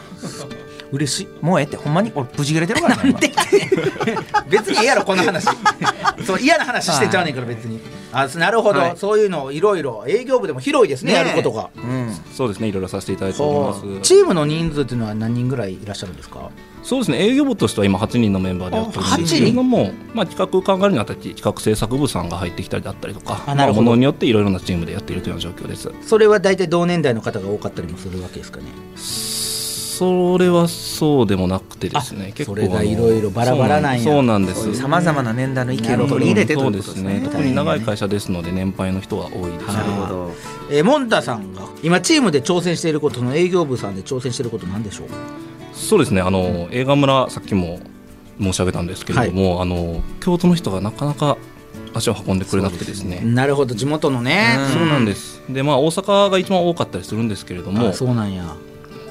[SPEAKER 1] 嬉しい
[SPEAKER 2] もうええってほんまに俺ブチ切れてるからな今
[SPEAKER 1] 別にええやろこんな 話そう嫌な話してちゃうねんから別にあなるほど、
[SPEAKER 2] はい
[SPEAKER 1] そういうのをいろいろ営業部でも広いですね
[SPEAKER 2] ねえ
[SPEAKER 1] やることが
[SPEAKER 2] うん
[SPEAKER 6] そうですねいろいろさせていただいてお
[SPEAKER 1] そ
[SPEAKER 6] り
[SPEAKER 1] う
[SPEAKER 6] ます
[SPEAKER 1] チームの人数っていうのは何人ぐらいいらっしゃるんですか
[SPEAKER 6] そうですね営業部としては今8人のメンバーでやってるんですけれども、まあ、企画を考えるにあたって企画制作部さんが入ってきたりだったりとか
[SPEAKER 1] あなるほど
[SPEAKER 6] まあものによっていろいろなチームでやっているというような状況です
[SPEAKER 1] それは大体同年代の方が多かったりもするわけですかね
[SPEAKER 6] それはそうでもなくてですね
[SPEAKER 1] あそれが色々バラバラなんや
[SPEAKER 6] そうなんで
[SPEAKER 2] そう
[SPEAKER 6] す
[SPEAKER 2] いう
[SPEAKER 6] そう
[SPEAKER 2] さ
[SPEAKER 6] なんで
[SPEAKER 2] まざまな年代の意
[SPEAKER 6] す
[SPEAKER 2] 見を取り入れてと
[SPEAKER 6] そ
[SPEAKER 2] いううこ
[SPEAKER 6] で
[SPEAKER 2] とですす
[SPEAKER 6] ね
[SPEAKER 2] ね
[SPEAKER 6] 特に長い会社ですので年配の人は多いですね
[SPEAKER 2] なるほど
[SPEAKER 1] えー、モンタさんが今チームで挑戦していることその営業部さんで挑戦していることなんでしょう
[SPEAKER 6] そうですねあの映画村さっきも申し上げたんですけれども、あの京都の人がなかなか足を運んでくれなくてですね
[SPEAKER 1] なるほど地元のね
[SPEAKER 2] うん
[SPEAKER 6] そうなんですでまあ大阪が一番多かったりするんですけれど
[SPEAKER 1] も
[SPEAKER 6] も
[SPEAKER 1] うそうなんや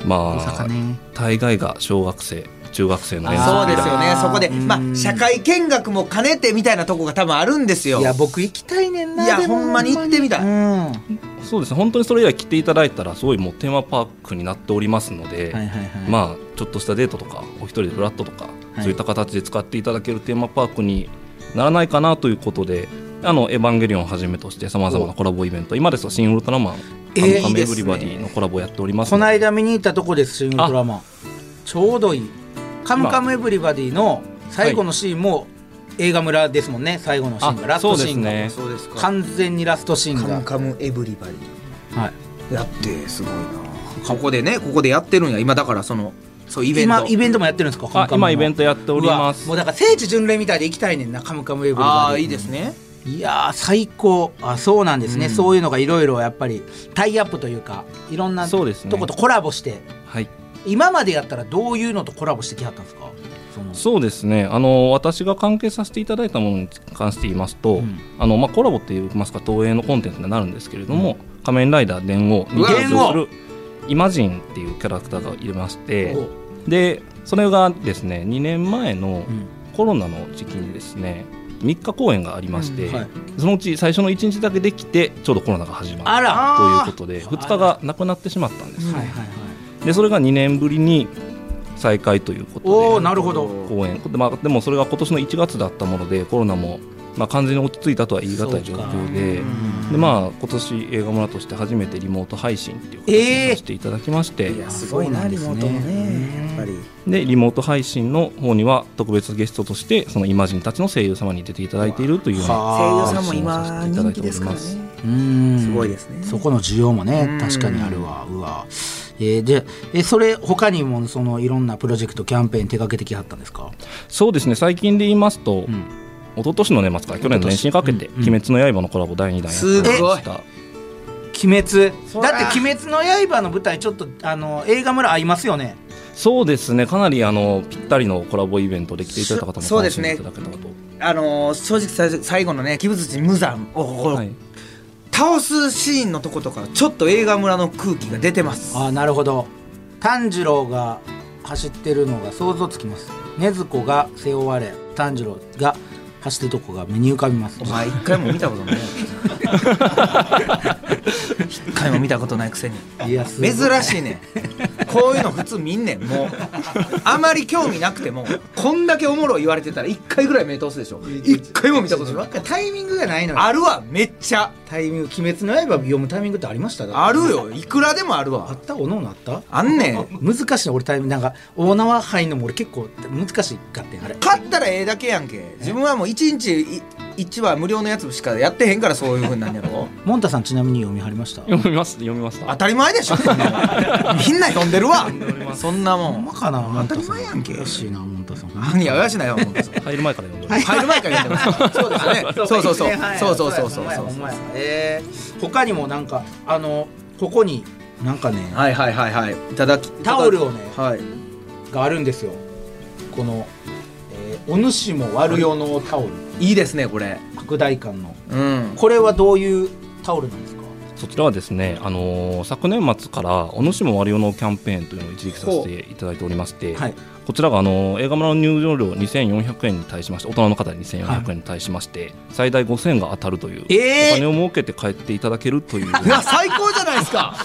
[SPEAKER 6] ま
[SPEAKER 1] 大
[SPEAKER 6] あ、
[SPEAKER 1] 阪ね
[SPEAKER 6] 大概が小学生中学生の連
[SPEAKER 2] そう
[SPEAKER 1] あ
[SPEAKER 6] 続
[SPEAKER 2] ですよね
[SPEAKER 1] あー
[SPEAKER 2] そこでま
[SPEAKER 1] う
[SPEAKER 2] あ
[SPEAKER 1] ん
[SPEAKER 2] 社会見学も兼ねてみたいなとこが多分あるんですよ
[SPEAKER 1] いや僕行きたいねんない
[SPEAKER 2] や
[SPEAKER 1] でも
[SPEAKER 2] ほんまに行ってみたい
[SPEAKER 1] うん、はい
[SPEAKER 6] そうですね本当にそれ以来来ていただいたらすごいもうテーマパークになっておりますので、
[SPEAKER 1] はいはい
[SPEAKER 6] まあちょっとしたデートとかお一人でフラットとか、
[SPEAKER 1] はい
[SPEAKER 6] そういった形で使っていただけるテーマパークにならないかなということで「あのエヴァンゲリオン」をはじめとしてさまざまなコラボイベント今ですと「新ウルトラマン」
[SPEAKER 1] えー
[SPEAKER 6] カムカム
[SPEAKER 2] いい
[SPEAKER 6] エ
[SPEAKER 2] です
[SPEAKER 6] ブ
[SPEAKER 2] ね
[SPEAKER 6] リバディ」のコラボをやっております
[SPEAKER 1] この
[SPEAKER 6] で
[SPEAKER 1] 間見に行ったとこですシン・ウルトラマンちょうどいい「カムカムエヴリバディ」の最後のシーンも映画村ですもんね最後のシーンが
[SPEAKER 6] あ
[SPEAKER 1] ラストシーンが、
[SPEAKER 6] そうですね
[SPEAKER 2] そうですか
[SPEAKER 1] 完全にラストシーン
[SPEAKER 2] カ
[SPEAKER 1] が
[SPEAKER 2] ムカムエブリバデ
[SPEAKER 1] はい
[SPEAKER 2] ィやってすごいなここでねここでやってるんや今だからそのそうイベント
[SPEAKER 1] 今イベントもやってるんですかカム
[SPEAKER 6] あ
[SPEAKER 1] カム
[SPEAKER 6] 今
[SPEAKER 1] の
[SPEAKER 6] イベントやっておりま
[SPEAKER 1] うわ
[SPEAKER 6] す
[SPEAKER 1] もうだから聖地巡礼みたいで行きたいねんな「カムカムエヴリバディ」
[SPEAKER 2] ああいいですね
[SPEAKER 1] いやー最高あそうなんですね、
[SPEAKER 2] うん
[SPEAKER 1] そういうのがいろいろやっぱりタイアップというかいろんな
[SPEAKER 6] そうですね
[SPEAKER 1] とことコラボして
[SPEAKER 6] はい
[SPEAKER 1] 今までやったらどういうのとコラボしてきはったんですかその
[SPEAKER 6] そうですねあの私が関係させていただいたものに関して言いますと、
[SPEAKER 1] ん
[SPEAKER 6] あのまあ、コラボっていいますか東映のコンテンツになるんですけれども「仮面ライダー電王」に
[SPEAKER 2] うわ
[SPEAKER 6] 登場するイマジンっていうキャラクターがいまして
[SPEAKER 1] お
[SPEAKER 6] でそれがですね2年前の
[SPEAKER 1] うん
[SPEAKER 6] コロナの時期にですね3日公演がありまして、
[SPEAKER 1] うんはい
[SPEAKER 6] そのうち最初の1日だけできてちょうどコロナが始ま
[SPEAKER 1] あ
[SPEAKER 6] る
[SPEAKER 1] ら
[SPEAKER 6] ということで2日がなくなってしまったんです、
[SPEAKER 1] はいはいはい
[SPEAKER 6] でそれが2年ぶりに再開ということで
[SPEAKER 1] おおなるほど
[SPEAKER 6] 公演、まあ、でもそれが今年の1月だったものでコロナも、まあ、完全に落ち着いたとは言い難い状況でで、まあ、今年映画村として初めてリモート配信っていう形
[SPEAKER 1] えー
[SPEAKER 6] にさせていただきまして、
[SPEAKER 1] いやすごいなリモートもねやっぱり
[SPEAKER 6] でリモート配信の方には特別ゲストとしてそのイマジンたちの声優様に出ていただいているというような
[SPEAKER 1] はあ
[SPEAKER 2] さんも今人気ですからね
[SPEAKER 1] す
[SPEAKER 2] すごいですね
[SPEAKER 1] そこの需要もね確かにあるわうわえー、でえそれ他にもそのいろんなプロジェクトキャンペーン手掛けてきはったんですか、
[SPEAKER 6] そうですね最近で言いますと、
[SPEAKER 1] ん
[SPEAKER 6] 一昨年の年末から去年の年始にかけて
[SPEAKER 1] ん
[SPEAKER 6] 「鬼滅の刃」のコラボ第2弾やってました
[SPEAKER 1] 鬼滅だって「鬼滅の刃」の舞台ちょっとあの映画村合いますよね
[SPEAKER 6] そうですねかなりあのぴったりのコラボイベントで来ていただいた方も
[SPEAKER 2] そう
[SPEAKER 6] 楽
[SPEAKER 2] で
[SPEAKER 6] し
[SPEAKER 2] す
[SPEAKER 6] んで
[SPEAKER 2] ね
[SPEAKER 6] いただけたかと、
[SPEAKER 2] あのー正直最初最後のね鬼物人無惨をこう
[SPEAKER 6] はい、
[SPEAKER 2] 倒すシーンのとことかちょっと映画村の空気が出てます
[SPEAKER 1] ああなるほど炭治郎が走ってるのが想像つきます禰豆子が背負われ炭治郎が走ってるとこが目に浮かびます
[SPEAKER 2] お前一回も見たこ とない一回も見たことないくせに
[SPEAKER 1] いやすごい
[SPEAKER 2] 珍しいねんこういうの普通見んねんもうあまり興味なくてもこんだけおもろい言われてたら一回ぐらい目通すでしょ一回も見たことない
[SPEAKER 1] タイミングがないのよ
[SPEAKER 2] あるわめっちゃ
[SPEAKER 1] タイミング「鬼滅の刃」読むタイミングってありましただって
[SPEAKER 2] あるよいくらでもある
[SPEAKER 1] あ
[SPEAKER 2] わ
[SPEAKER 1] ったおのおのあった
[SPEAKER 2] あんねん
[SPEAKER 1] 難しいな俺タイミングなんか大縄入んのも俺結構難しかったんあれ
[SPEAKER 2] 勝ったらええだけやんけ自分はもう一日1話無料のやつしかやってへんからそういうふうになんやろ
[SPEAKER 1] モンタさんちなみに読みはりました
[SPEAKER 6] 読みます読みました
[SPEAKER 2] 当たり前でしょそんなもんみんな読んでるわそんなも
[SPEAKER 1] ほんま
[SPEAKER 2] ん
[SPEAKER 1] かなモンタさん
[SPEAKER 2] 当たり前やんけ
[SPEAKER 1] 怪しいなモンタさん
[SPEAKER 2] 何やおやしないわもう
[SPEAKER 6] 入る前から読んでおります
[SPEAKER 2] 入る前から言ってます。そうですね。そうそうそう。そうそうそうそうそう。
[SPEAKER 1] えー他にもなんかあのここになんかね
[SPEAKER 2] はいはいはいはい。いただき
[SPEAKER 1] タオルをね
[SPEAKER 2] はい。
[SPEAKER 1] があるんですよこの、えーお主も悪用のタオル
[SPEAKER 2] いいですねこれ。
[SPEAKER 1] 拡大感の
[SPEAKER 2] うん。
[SPEAKER 1] これはどういうタオルなんですか
[SPEAKER 6] そちらはですね、あのー昨年末から「お主も割り用のキャンペーンというのを一時期させていただいておりまして、
[SPEAKER 1] はい
[SPEAKER 6] こちらが、あのー映画村の入場料2400円に対しまして大人の方2400円に対しまして、最大5000円が当たるという、
[SPEAKER 2] えー
[SPEAKER 6] お金を儲けて帰っていただけるという
[SPEAKER 2] いや最高じゃないですか。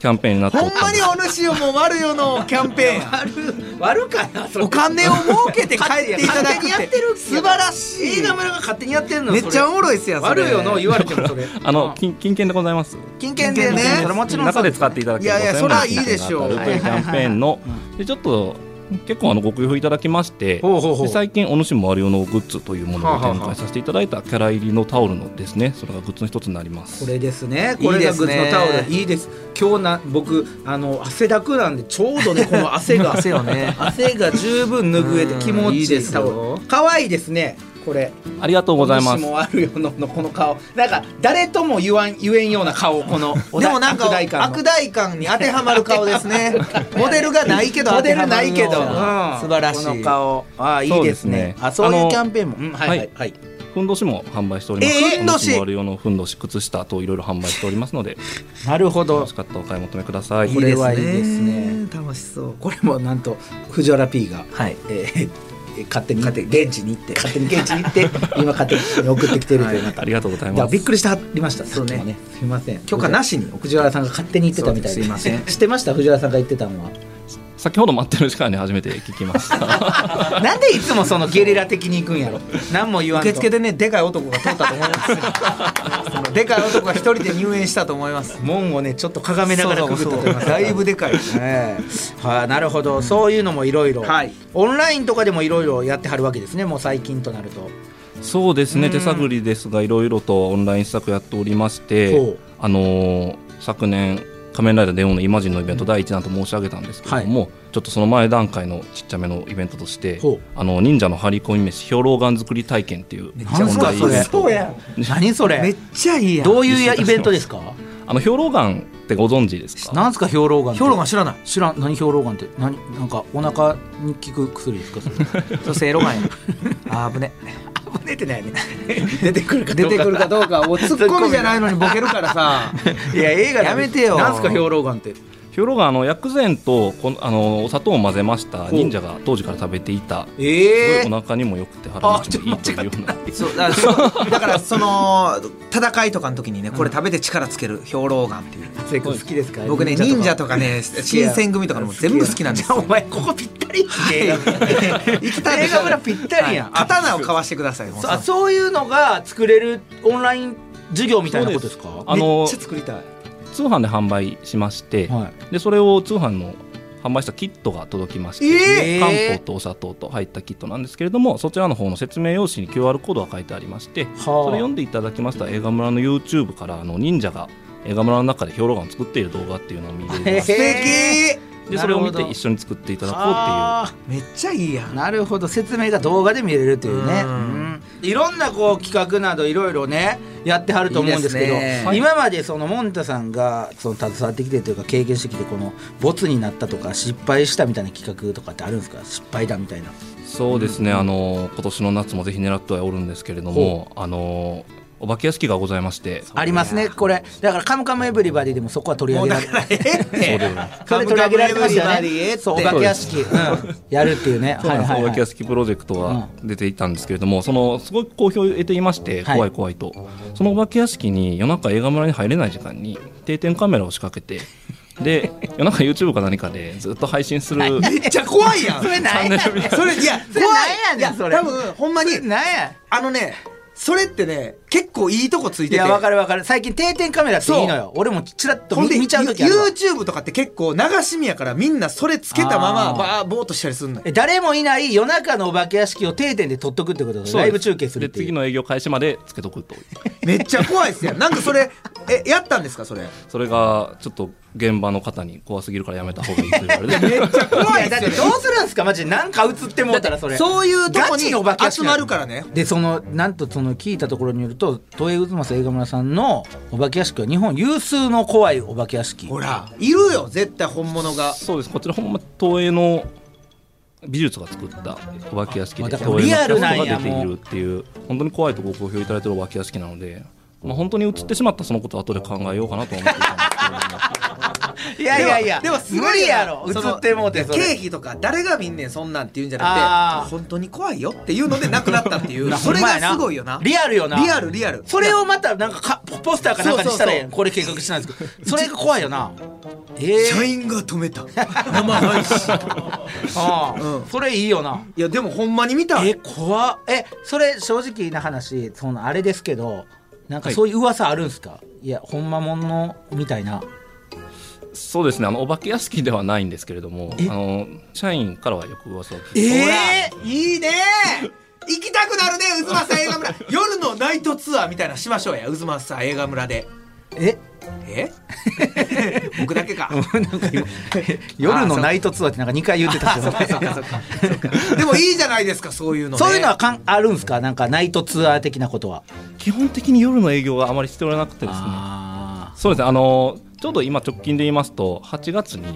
[SPEAKER 6] キャンペーンになってお
[SPEAKER 2] ほ
[SPEAKER 6] っ
[SPEAKER 2] ん
[SPEAKER 6] た
[SPEAKER 2] ま
[SPEAKER 6] んで
[SPEAKER 2] に
[SPEAKER 6] す
[SPEAKER 2] お主をもう悪よのキャンペーン。
[SPEAKER 1] 悪かなそ
[SPEAKER 2] お金を儲けて帰っていただくって素晴らしい
[SPEAKER 1] 映。画村が勝手にやってんの
[SPEAKER 2] めっちゃ
[SPEAKER 1] お
[SPEAKER 2] おもろいっすやん。それ
[SPEAKER 1] 悪よの言われてもそれ
[SPEAKER 6] あの金金券でございます
[SPEAKER 2] 金券でね。
[SPEAKER 1] それもちろん
[SPEAKER 6] 中で使っていただける
[SPEAKER 2] いやいや
[SPEAKER 6] 5000円
[SPEAKER 2] それはいいでしょう
[SPEAKER 6] の金券が当たるというキャンペーンのでちょっと結構あのご好評いただきまして
[SPEAKER 1] ほうほうほう
[SPEAKER 6] で最近お主もあるよのグッズというものを展開させていただいたキャラ入りのタオルのですねそれがグッズの一つになりま
[SPEAKER 1] こ
[SPEAKER 6] す
[SPEAKER 1] れですね。
[SPEAKER 2] い
[SPEAKER 1] こ
[SPEAKER 2] い
[SPEAKER 1] れ
[SPEAKER 2] で
[SPEAKER 1] がグ
[SPEAKER 2] す
[SPEAKER 1] ッ
[SPEAKER 2] ね
[SPEAKER 1] ズのタオル。いいです。今日な僕あの汗だくなんでちょうどねこの汗が汗
[SPEAKER 2] よね
[SPEAKER 1] が十分拭えて気持
[SPEAKER 2] うんい
[SPEAKER 1] ち
[SPEAKER 2] い
[SPEAKER 1] い
[SPEAKER 2] で
[SPEAKER 1] い
[SPEAKER 2] す
[SPEAKER 1] タ
[SPEAKER 2] よ
[SPEAKER 1] オル。可愛いですね。これ。
[SPEAKER 6] ありがとうございます
[SPEAKER 1] 虫もあるよののこの顔。なんか誰とも言わん言えんような顔この。
[SPEAKER 2] でもなんか
[SPEAKER 1] お題
[SPEAKER 2] 悪大感に当てはまる顔で すね。モデルがないけど
[SPEAKER 1] モ
[SPEAKER 2] 当て
[SPEAKER 1] デ
[SPEAKER 2] は
[SPEAKER 1] ル
[SPEAKER 2] ま
[SPEAKER 1] な
[SPEAKER 2] るよ
[SPEAKER 1] いけ
[SPEAKER 2] う
[SPEAKER 1] ど、うん
[SPEAKER 2] 素晴らしい。
[SPEAKER 1] この顔ああいいです
[SPEAKER 6] そう
[SPEAKER 1] ね
[SPEAKER 6] ですね
[SPEAKER 1] あそうい
[SPEAKER 6] あ
[SPEAKER 1] う
[SPEAKER 6] の
[SPEAKER 1] キャンペーンも、うん、はいはいは
[SPEAKER 6] はいい、ふんどしも販売しております。
[SPEAKER 2] えーふんどし
[SPEAKER 6] お家にもある用のふんどし、靴下といろいろ販売しておりますので、
[SPEAKER 1] なるほど
[SPEAKER 6] 欲しかったらお買い求めください。
[SPEAKER 1] これはいいですね
[SPEAKER 2] ね。楽しそう。
[SPEAKER 1] これもなんと藤原 P が、
[SPEAKER 2] はい。
[SPEAKER 1] えーえー勝手に
[SPEAKER 2] 勝手に現地に行って。
[SPEAKER 1] 勝手に現地に行 って今勝手に送ってきてるというまた
[SPEAKER 6] ありがとうござい
[SPEAKER 1] だから
[SPEAKER 6] ま
[SPEAKER 1] び
[SPEAKER 6] す
[SPEAKER 1] っ。くりしてはりました
[SPEAKER 2] そうね
[SPEAKER 1] さっきもすいません
[SPEAKER 2] 許可なしに
[SPEAKER 1] 藤原さんが勝手に言ってたみたい
[SPEAKER 2] そうですすいません
[SPEAKER 1] 知ってました藤原さんが言ってたのは
[SPEAKER 6] 先ほど待ってる時間に初めて聞きました。
[SPEAKER 1] なんでいつもそのゲリラ的に行くんやろ何も言わんと
[SPEAKER 2] 受付でねでかい男が通ったと思いますよそのでかい男が一人で入園したと思い ます
[SPEAKER 1] 門をねちょっとかがめながらくぐったと思います
[SPEAKER 2] だいぶでかい
[SPEAKER 1] ええはい、なるほど、そういうのもいろいろ
[SPEAKER 2] はい
[SPEAKER 1] オンラインとかでもいろいろやってはるわけですねもう最近となると
[SPEAKER 6] そうですね。手探りですが、いろいろとオンライン施策やっておりまして
[SPEAKER 1] ほう、
[SPEAKER 6] あのー昨年。仮面ライダーデオンのイマジンのイベント第1弾と申し上げたんですけれども、ちょっとその前段階のちっちゃめのイベントとして
[SPEAKER 1] ほう
[SPEAKER 6] あの忍者の張り込み飯兵糧丸作り体験っていう
[SPEAKER 1] 何
[SPEAKER 6] オン
[SPEAKER 1] そ
[SPEAKER 6] ラ
[SPEAKER 1] れ
[SPEAKER 6] イン
[SPEAKER 1] それ
[SPEAKER 6] イベントを
[SPEAKER 1] 何そ
[SPEAKER 2] め
[SPEAKER 1] れ
[SPEAKER 2] っちゃいいやん
[SPEAKER 1] どういうイベントですか
[SPEAKER 6] あの兵糧丸ってご存知ですか
[SPEAKER 1] なんすか兵糧丸
[SPEAKER 2] 兵糧丸知らない
[SPEAKER 1] 知らん何兵糧丸って何なんかお腹に効く薬ですかそれ
[SPEAKER 2] 女性ロマンやあぶね
[SPEAKER 1] 出てないね出てくるか
[SPEAKER 2] 出てくるかどうかおツッコミじゃないいのにボケるからさ
[SPEAKER 1] いや映画
[SPEAKER 2] やめてよ
[SPEAKER 1] なんすか兵糧丸って
[SPEAKER 6] ヒョロがあの薬膳とこのあのお砂糖を混ぜました忍者が当時から食べていた
[SPEAKER 2] え
[SPEAKER 6] す
[SPEAKER 2] え
[SPEAKER 6] ごいお腹にも良くて腹持ちもいいというような
[SPEAKER 2] そうだそうだからその戦いとかの時にねこれ食べて力つける兵糧丸っていう
[SPEAKER 1] せい君好きですか
[SPEAKER 2] 僕ね忍者とかね
[SPEAKER 1] や
[SPEAKER 2] 新選組とかのも全部好きなんです
[SPEAKER 1] じゃあお
[SPEAKER 2] よ
[SPEAKER 1] 前ここぴったりやんけ
[SPEAKER 2] 行 きたいでし
[SPEAKER 1] 映
[SPEAKER 2] ょ
[SPEAKER 1] 画村ぴったりやん
[SPEAKER 2] はい刀を交わしてくださいもう
[SPEAKER 1] そうあそういうのが作れるオンライン授業みたいなことですか
[SPEAKER 6] あ
[SPEAKER 1] め
[SPEAKER 6] の
[SPEAKER 1] っちゃ作りたい
[SPEAKER 6] 通販で販売しまして、
[SPEAKER 1] は
[SPEAKER 6] でそれを通販の販売したキットが届きまして、
[SPEAKER 2] えー
[SPEAKER 6] 漢方とお砂糖と入ったキットなんですけれどもそちらの方の説明用紙に QR コードが書いてありましてそれ読んでいただきますと映画村の YouTube からあの忍者が映画村の中で兵糧丸を作っている動画っていうのを見れます
[SPEAKER 1] へー
[SPEAKER 2] 素
[SPEAKER 6] でそれを見て一緒に作っていただこうっ
[SPEAKER 1] うっていう
[SPEAKER 2] 敵めっちゃいいやん
[SPEAKER 1] なるほど説明が動画で見れるというね
[SPEAKER 2] う
[SPEAKER 1] うんいろんなこう企画などいろいろねやってはると思うんですけど
[SPEAKER 2] いいです
[SPEAKER 6] ね
[SPEAKER 1] 今までそのもんたさんがその携わってきてというか経験してきてこのボツになったとか失敗したみたいな企画とかってあるんですか失敗だみたいな
[SPEAKER 6] ていうそうですね、あの今年の夏もぜひ狙ってはおるんですけれどもあのお化け屋敷がございまして
[SPEAKER 1] ありますねこれだから「カムカムエヴリバディ」でもそこは取り上げられて
[SPEAKER 6] そうでございます
[SPEAKER 1] それ取り上げられてました
[SPEAKER 2] カムカムエヴリ
[SPEAKER 1] よ
[SPEAKER 2] バディへ
[SPEAKER 1] ね
[SPEAKER 2] って
[SPEAKER 1] そうお化け屋敷うんやるっていうね
[SPEAKER 6] そうなんです
[SPEAKER 1] はいはい
[SPEAKER 6] 大
[SPEAKER 1] はい
[SPEAKER 6] 垣屋敷プロジェクトは出ていたんですけれども、そのすごく好評を得ていまして、
[SPEAKER 1] はい
[SPEAKER 6] 怖い怖いとそのお化け屋敷に夜中映画村に入れない時間に定点カメラを仕掛け てで夜中 YouTube か何かでずっと配信する、
[SPEAKER 2] めっちゃ怖いやんそれ
[SPEAKER 1] なんやねん
[SPEAKER 2] いや
[SPEAKER 1] それな
[SPEAKER 2] 怖い
[SPEAKER 1] んやねんそれ
[SPEAKER 2] いや多分ほんまに
[SPEAKER 1] なんや
[SPEAKER 2] あのねそれってね結構いいとこついて
[SPEAKER 1] い
[SPEAKER 2] て
[SPEAKER 1] やわかるわかる最近定点カメラっていいのよ俺もちらっと見見ちゃう時あるわ
[SPEAKER 2] YouTube とかって結構流し見やからみんなそれつけたまま
[SPEAKER 1] あー
[SPEAKER 2] バーぼーっとしたりすんのよ
[SPEAKER 1] え誰もいない夜中のお化け屋敷を定点で撮っとくってことだね
[SPEAKER 6] そう
[SPEAKER 1] ライブ中継するっ
[SPEAKER 6] で
[SPEAKER 1] ていう
[SPEAKER 6] 次の営業開始までつけとくと
[SPEAKER 2] めっちゃ怖いっすやんなんかそれえやったんですかそれ
[SPEAKER 6] それがちょっと現場の方に怖すぎるからやめた方がいいと言わ れ
[SPEAKER 2] め
[SPEAKER 6] て
[SPEAKER 2] っちゃ怖い
[SPEAKER 1] や
[SPEAKER 2] っす
[SPEAKER 1] だ
[SPEAKER 2] よ
[SPEAKER 1] ってどうするんすかマジでなんか映ってもうたらそれ
[SPEAKER 2] そういうとこ
[SPEAKER 1] ガチのお化け屋
[SPEAKER 2] に
[SPEAKER 1] 敷
[SPEAKER 2] 集まるからね
[SPEAKER 1] でそのなんとその聞いたところによると都営渦政映画村さんのお化け屋敷は日本有数の怖いお化け屋敷
[SPEAKER 2] ほらいるよ絶対本物が
[SPEAKER 6] そうですこちらほんま東映の美術が作ったお化け屋敷
[SPEAKER 1] あだ
[SPEAKER 6] で
[SPEAKER 1] から
[SPEAKER 6] 東映
[SPEAKER 1] リ
[SPEAKER 6] の
[SPEAKER 1] アルなんや
[SPEAKER 6] キャストが出ているっていう本当に怖いとご好評いただいてるお化け屋敷なので、まあ、本当に映ってしまったそのことを後で考えようかなと思っていたんですけれども
[SPEAKER 1] いやいやいや
[SPEAKER 2] でもすごい
[SPEAKER 1] 無理やろ映
[SPEAKER 2] その
[SPEAKER 1] ってもうてそ
[SPEAKER 2] 経
[SPEAKER 1] れ
[SPEAKER 2] 費とか誰が見んねんそんなんって言うんじゃ
[SPEAKER 1] あ
[SPEAKER 2] な
[SPEAKER 1] ー
[SPEAKER 2] くて本当に怖いよっていうのでなくなったっていう
[SPEAKER 1] な
[SPEAKER 2] そ れ
[SPEAKER 1] ほんまやな
[SPEAKER 2] がすごいよな
[SPEAKER 1] リアルよな
[SPEAKER 2] リアルリアル
[SPEAKER 1] それをまたなんかかポスターかなんかにしたらええやんこれ計画してないんですけどそれが怖いよなええ
[SPEAKER 2] 社員が止めた生配信
[SPEAKER 1] あ
[SPEAKER 2] うん
[SPEAKER 1] それいいよ ない
[SPEAKER 2] やでもほんまに見た
[SPEAKER 1] え怖っえそれ正直な話そのあれですけどなんか
[SPEAKER 6] はい
[SPEAKER 1] そういう噂あるんすか、い、やほんまもんのみたいな
[SPEAKER 6] そうですねあのお化け屋敷ではないんですけれどもあの社員からはよく噂を聞いて
[SPEAKER 2] えー、いいね行きたくなるね渦政映画村夜のナイトツアーみたいなのしましょうや渦政映画村で
[SPEAKER 1] え
[SPEAKER 2] え僕だけか
[SPEAKER 1] 夜のナイトツアーってなんか2回言ってたけど ね
[SPEAKER 2] でもいいじゃないですかそういうの、ね、
[SPEAKER 1] そういうのはかんあるんすかなんかナイトツアー的なことは
[SPEAKER 6] 基本的に夜の営業があまりしておらなくてですね
[SPEAKER 1] あ
[SPEAKER 6] そうですねあのちょうど今直近で言いますと8月に、
[SPEAKER 2] はい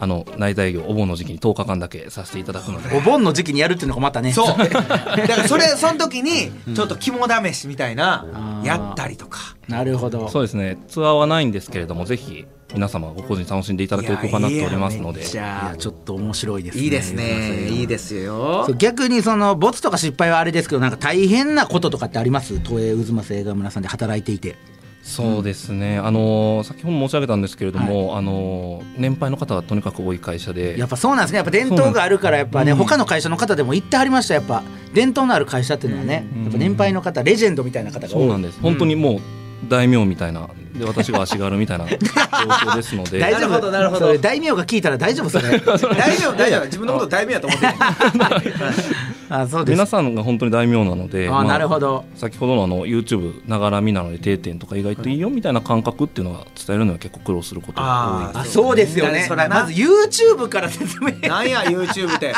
[SPEAKER 6] あの内在業お盆の時期に10日間だけさせていただくので
[SPEAKER 1] ーお盆の時期にやるっていうのがまたね
[SPEAKER 2] そうだからそれその時にちょっと肝試しみたいな
[SPEAKER 1] あー
[SPEAKER 2] やったりとか
[SPEAKER 1] なるほど
[SPEAKER 6] そうですねツアーはないんですけれどもぜひ皆様ご個人楽しんでいただけるとかなっておりますので
[SPEAKER 2] いやいや
[SPEAKER 1] いや
[SPEAKER 2] めっち
[SPEAKER 1] ちょっと面白いで
[SPEAKER 2] ゃ
[SPEAKER 1] すね
[SPEAKER 2] いいですねいいですよ
[SPEAKER 1] そう逆にそのボツとか失敗はあれですけどなんか大変なこととかってあります東映渦政映画村さんで働いていて
[SPEAKER 6] そうですね、あのー先ほども申し上げたんですけれども、あのー年配の方がとにかく多い会社で
[SPEAKER 1] やっぱそうなんですねやっぱ伝統があるからやっぱね、他の会社の方でも言ってはりましたやっぱ伝統のある会社っていうのはね、やっぱ年配の方レジェンドみたいな方が
[SPEAKER 6] そう
[SPEAKER 1] 多
[SPEAKER 6] ないんです、本当にもう大名みたいなで私が足軽みたいな状況ですので
[SPEAKER 1] 大丈夫
[SPEAKER 2] なるほどなるほど
[SPEAKER 1] それ大名が聞いたら大丈夫それ
[SPEAKER 2] 大丈夫大丈夫自分のこと大名やと思ってない
[SPEAKER 1] あそうです
[SPEAKER 6] 皆さんが本当に大名なので
[SPEAKER 1] あ、
[SPEAKER 6] まあ
[SPEAKER 1] なるほど
[SPEAKER 6] 先ほどのあの YouTube ながら見なので定点とか意外といいよみたいな感覚っていうのは伝えるのは結構苦労することが多い
[SPEAKER 2] あ
[SPEAKER 1] あそうですよね
[SPEAKER 2] そらな
[SPEAKER 1] まず YouTube から説明
[SPEAKER 2] なんや YouTube って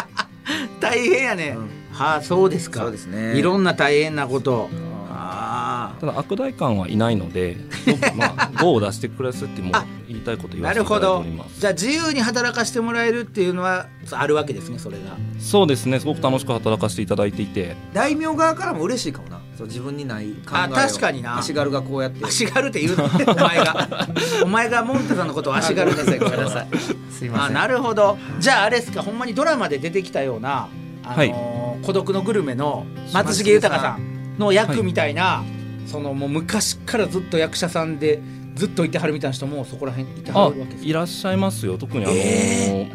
[SPEAKER 1] 大変やね、はあそうですか
[SPEAKER 2] そうですね
[SPEAKER 1] いろんな大変なことあ
[SPEAKER 6] ただ悪代官はいないので、すごくまあ、5を出してくれすってもう言いたいこと
[SPEAKER 1] あ
[SPEAKER 6] 言わ
[SPEAKER 1] な
[SPEAKER 6] せて
[SPEAKER 1] る
[SPEAKER 6] いた
[SPEAKER 1] ほ
[SPEAKER 6] だいて
[SPEAKER 1] ど
[SPEAKER 6] おります。
[SPEAKER 1] じゃあ自由に働かせてもらえるっていうのはあるわけですねそれが
[SPEAKER 6] そうですね、すごく楽しく働かせていただいていて、
[SPEAKER 2] 大名側からも嬉しいかもなそう自分にない考えを
[SPEAKER 1] あ確かにな
[SPEAKER 2] 足軽がこうやって
[SPEAKER 1] 足軽って言うの お前がお前がモンタさんのことを足軽
[SPEAKER 2] ごめんなさいごめんなさい すいま
[SPEAKER 1] あ
[SPEAKER 2] せん
[SPEAKER 1] なるほどじゃああれですかほんまにドラマで出てきたような、あのー孤独のグルメの松重豊さんの役みたいな、そのもう昔からずっと役者さんでずっといてはるみたいな人もそこら辺いては
[SPEAKER 6] あ
[SPEAKER 1] るわけです
[SPEAKER 6] いらっしゃいますよ特にあのー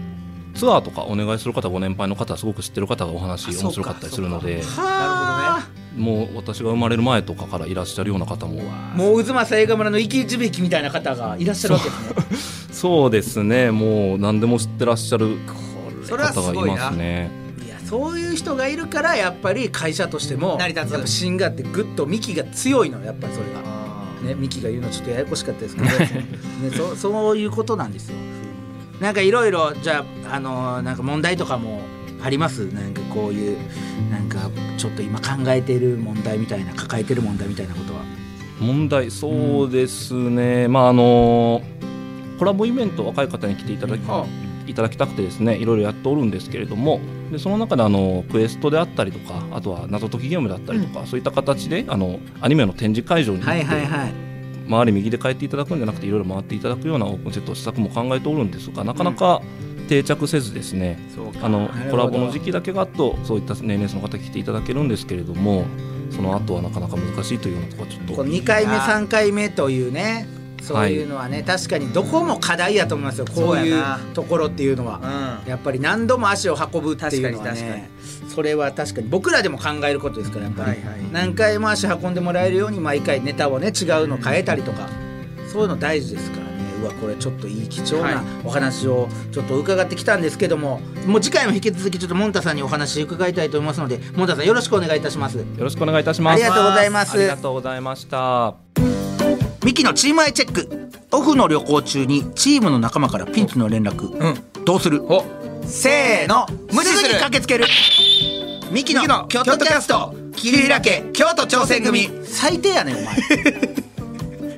[SPEAKER 6] ツアーとかお願いする方ご年配の方はすごく知ってる方がお話面白かったりするので
[SPEAKER 1] かはあ
[SPEAKER 6] もう私が生まれる前とかからいらっしゃるような方も
[SPEAKER 1] もう渦政映画村の生き地べきみたいな方がいらっしゃるわけですね
[SPEAKER 6] そうですねもう何でも知ってらっしゃる
[SPEAKER 2] それはす
[SPEAKER 6] 方がい
[SPEAKER 2] ごい
[SPEAKER 6] ま
[SPEAKER 2] な
[SPEAKER 6] すね
[SPEAKER 1] いやそういう人がいるからやっぱり会社としても
[SPEAKER 2] 成り立つ
[SPEAKER 1] やっぱ芯があってグッと幹が強いのやっぱりそれが。ね、ミキが言うのちょっとややこしかった ですけど、ね、そそういうことなんですよ。なんかいろいろじゃあ、あのーなんか問題とかもありますなんかこういうなんかちょっと今考えてる問題みたいな抱えてる問題みたいなことは。
[SPEAKER 6] 問題そうですね、まああのコラボイベント若い方に来ていただき,、いただきたくてですねいろいろやっておるんですけれどもでその中であのクエストであったりとかあとは謎解きゲームだったりとか、そういった形であのアニメの展示会場に行って、
[SPEAKER 1] はいはいはい。
[SPEAKER 6] 周り右で帰っていただくんじゃなくていろいろ回っていただくようなオープンセット施策も考えておるんですがなかなか定着せずですね、あの
[SPEAKER 1] なるほ
[SPEAKER 6] コ
[SPEAKER 1] ど
[SPEAKER 6] ラボの時期だけがあとそういった年齢層の方来ていただけるんですけれどもその後はなかなか難しいというようなところはちょっと
[SPEAKER 1] こう2回目3回目というねそういうのはね、確かにどこも課題やと思いますよこうい
[SPEAKER 2] そう
[SPEAKER 1] う
[SPEAKER 2] やな
[SPEAKER 1] ところっていうのは。
[SPEAKER 2] う
[SPEAKER 1] やっぱり何度も足を運ぶっていうのは
[SPEAKER 2] 確かに
[SPEAKER 1] ねそれは確かに僕らでも考えることですからやっぱり、
[SPEAKER 2] はいはい
[SPEAKER 1] 何回も足運んでもらえるように毎回ネタをね違うの変えたりとか、そういうの大事ですからねうわこれちょっといい貴重
[SPEAKER 2] はい
[SPEAKER 1] なお話をちょっと伺ってきたんですけどももう次回も引き続きちょっとモンタさんにお話伺いたいと思いますのでモンタさんよろしくお願いいたします
[SPEAKER 6] よろしくお願いいたしま
[SPEAKER 1] あり
[SPEAKER 6] す
[SPEAKER 1] がとうございます
[SPEAKER 6] ありがとうございました
[SPEAKER 1] ミキのチームアイチェックオフの旅行中にチームの仲間からピンチの連絡、どうする
[SPEAKER 2] ん、せーの無視
[SPEAKER 1] す
[SPEAKER 2] す
[SPEAKER 1] ぐに
[SPEAKER 2] る
[SPEAKER 1] 駆けつけるミキ
[SPEAKER 2] 次の
[SPEAKER 1] の
[SPEAKER 2] 京
[SPEAKER 1] 京
[SPEAKER 2] 都
[SPEAKER 1] 都
[SPEAKER 2] キ
[SPEAKER 1] キ
[SPEAKER 2] ャ
[SPEAKER 1] ャ
[SPEAKER 2] ス
[SPEAKER 1] ス
[SPEAKER 2] ト
[SPEAKER 1] ト
[SPEAKER 2] 桐平家京都挑戦組い
[SPEAKER 1] 最低やねんお 前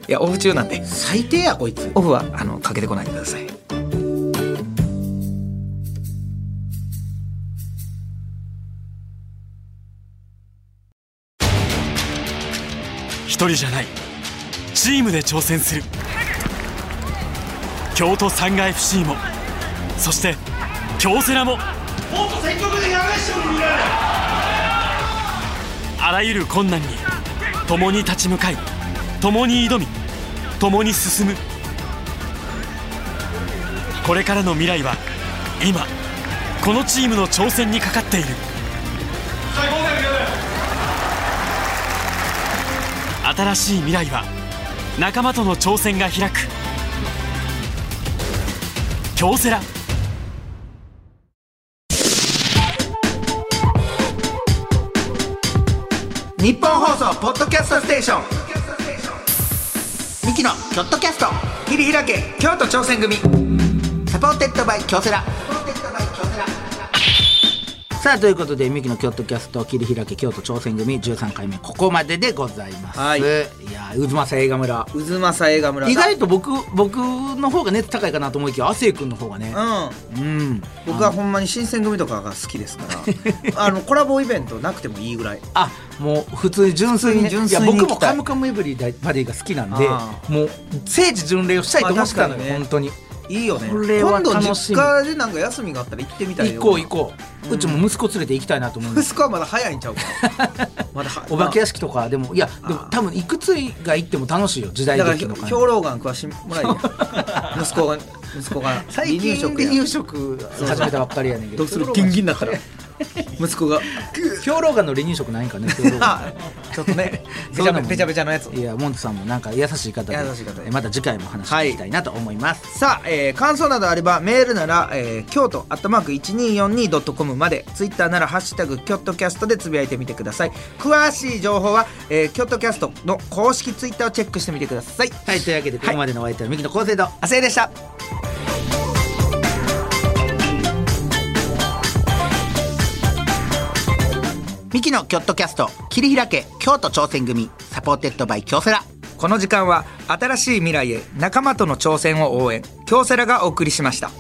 [SPEAKER 2] やオフ中なんで
[SPEAKER 1] 最低やこいつ
[SPEAKER 2] オフはあのかけてこないでください
[SPEAKER 5] 一人じゃないチームで挑戦する京都サンガ FC もそして京セラもあらゆる困難に共に立ち向かい共に挑み共に進むこれからの未来は今このチームの挑戦にかかっている新しい未来は仲間との挑戦が開く京セラ
[SPEAKER 3] 日本放送ポッドキャストステーションミキのキョットキャスト切り開け京都挑戦組サポーテッドバイ京セラ
[SPEAKER 1] さあということでミキの京都キャスト切り開け京都挑戦組13回目ここまででございます、
[SPEAKER 2] はい
[SPEAKER 1] いやー渦政映画村
[SPEAKER 2] 渦政映画村
[SPEAKER 1] 意外と僕僕の方が熱高いかなと思いきや亜生君の方がね
[SPEAKER 2] うん
[SPEAKER 1] うん
[SPEAKER 2] 僕はほんまに新選組とかが好きですから あのコラボイベントなくてもいいぐらい
[SPEAKER 1] あもう普通に純粋に,、ね、
[SPEAKER 2] 純粋に
[SPEAKER 1] いや
[SPEAKER 2] 行
[SPEAKER 1] 僕
[SPEAKER 2] き
[SPEAKER 1] も「
[SPEAKER 2] たい
[SPEAKER 1] カムカムエブリバディ」が好きなんで
[SPEAKER 2] あ
[SPEAKER 1] もう聖地巡礼をしたいと思ってたのよ、
[SPEAKER 2] まあ確かにね
[SPEAKER 1] 本当に
[SPEAKER 2] いいよね
[SPEAKER 1] これは
[SPEAKER 2] 今度
[SPEAKER 1] 楽しみ
[SPEAKER 2] 実家でなんか休みがあったら行ってみた
[SPEAKER 1] 行
[SPEAKER 2] いよ
[SPEAKER 1] こう行こう、うちも息子連れて行きたいなと思うん です
[SPEAKER 2] 息子はまだ早いんちゃう かまだは
[SPEAKER 1] お化け屋敷とかでもいやでも多分いくつが行っても楽しいよ時代
[SPEAKER 2] だから
[SPEAKER 1] 劇
[SPEAKER 2] 兵
[SPEAKER 1] の感
[SPEAKER 2] 糧
[SPEAKER 1] じ
[SPEAKER 2] 丸食わしてもらえよ 息子が息子が
[SPEAKER 1] 最近離乳食始めたばっかりやねんけど
[SPEAKER 2] するギンギンだったら 息 子が
[SPEAKER 1] 兵糧丸の離乳食ないんかね兵糧丸
[SPEAKER 2] あちょっと ね べちゃべべちゃべちゃのやつ
[SPEAKER 1] いやモントさんもなんか優しい方で
[SPEAKER 2] 優しい方で
[SPEAKER 1] えまた次回も話していきたいなと思います、
[SPEAKER 2] さあ、えー感想などあればメールなら、えー京都アットマーク 1242.com までツイッターなら「ハッシュタグ京都キャスト」でつぶやいてみてください詳しい情報は、えー京都キャストの公式ツイッターをチェックしてみてください
[SPEAKER 1] はい、というわけでここまでのお相手はミキの昴生と
[SPEAKER 2] 亜生でした
[SPEAKER 1] ミキのキョットキャスト切り開け京都挑戦組サポーテッドバイ京セラ
[SPEAKER 2] この時間は新しい未来へ仲間との挑戦を応援京セラがお送りしました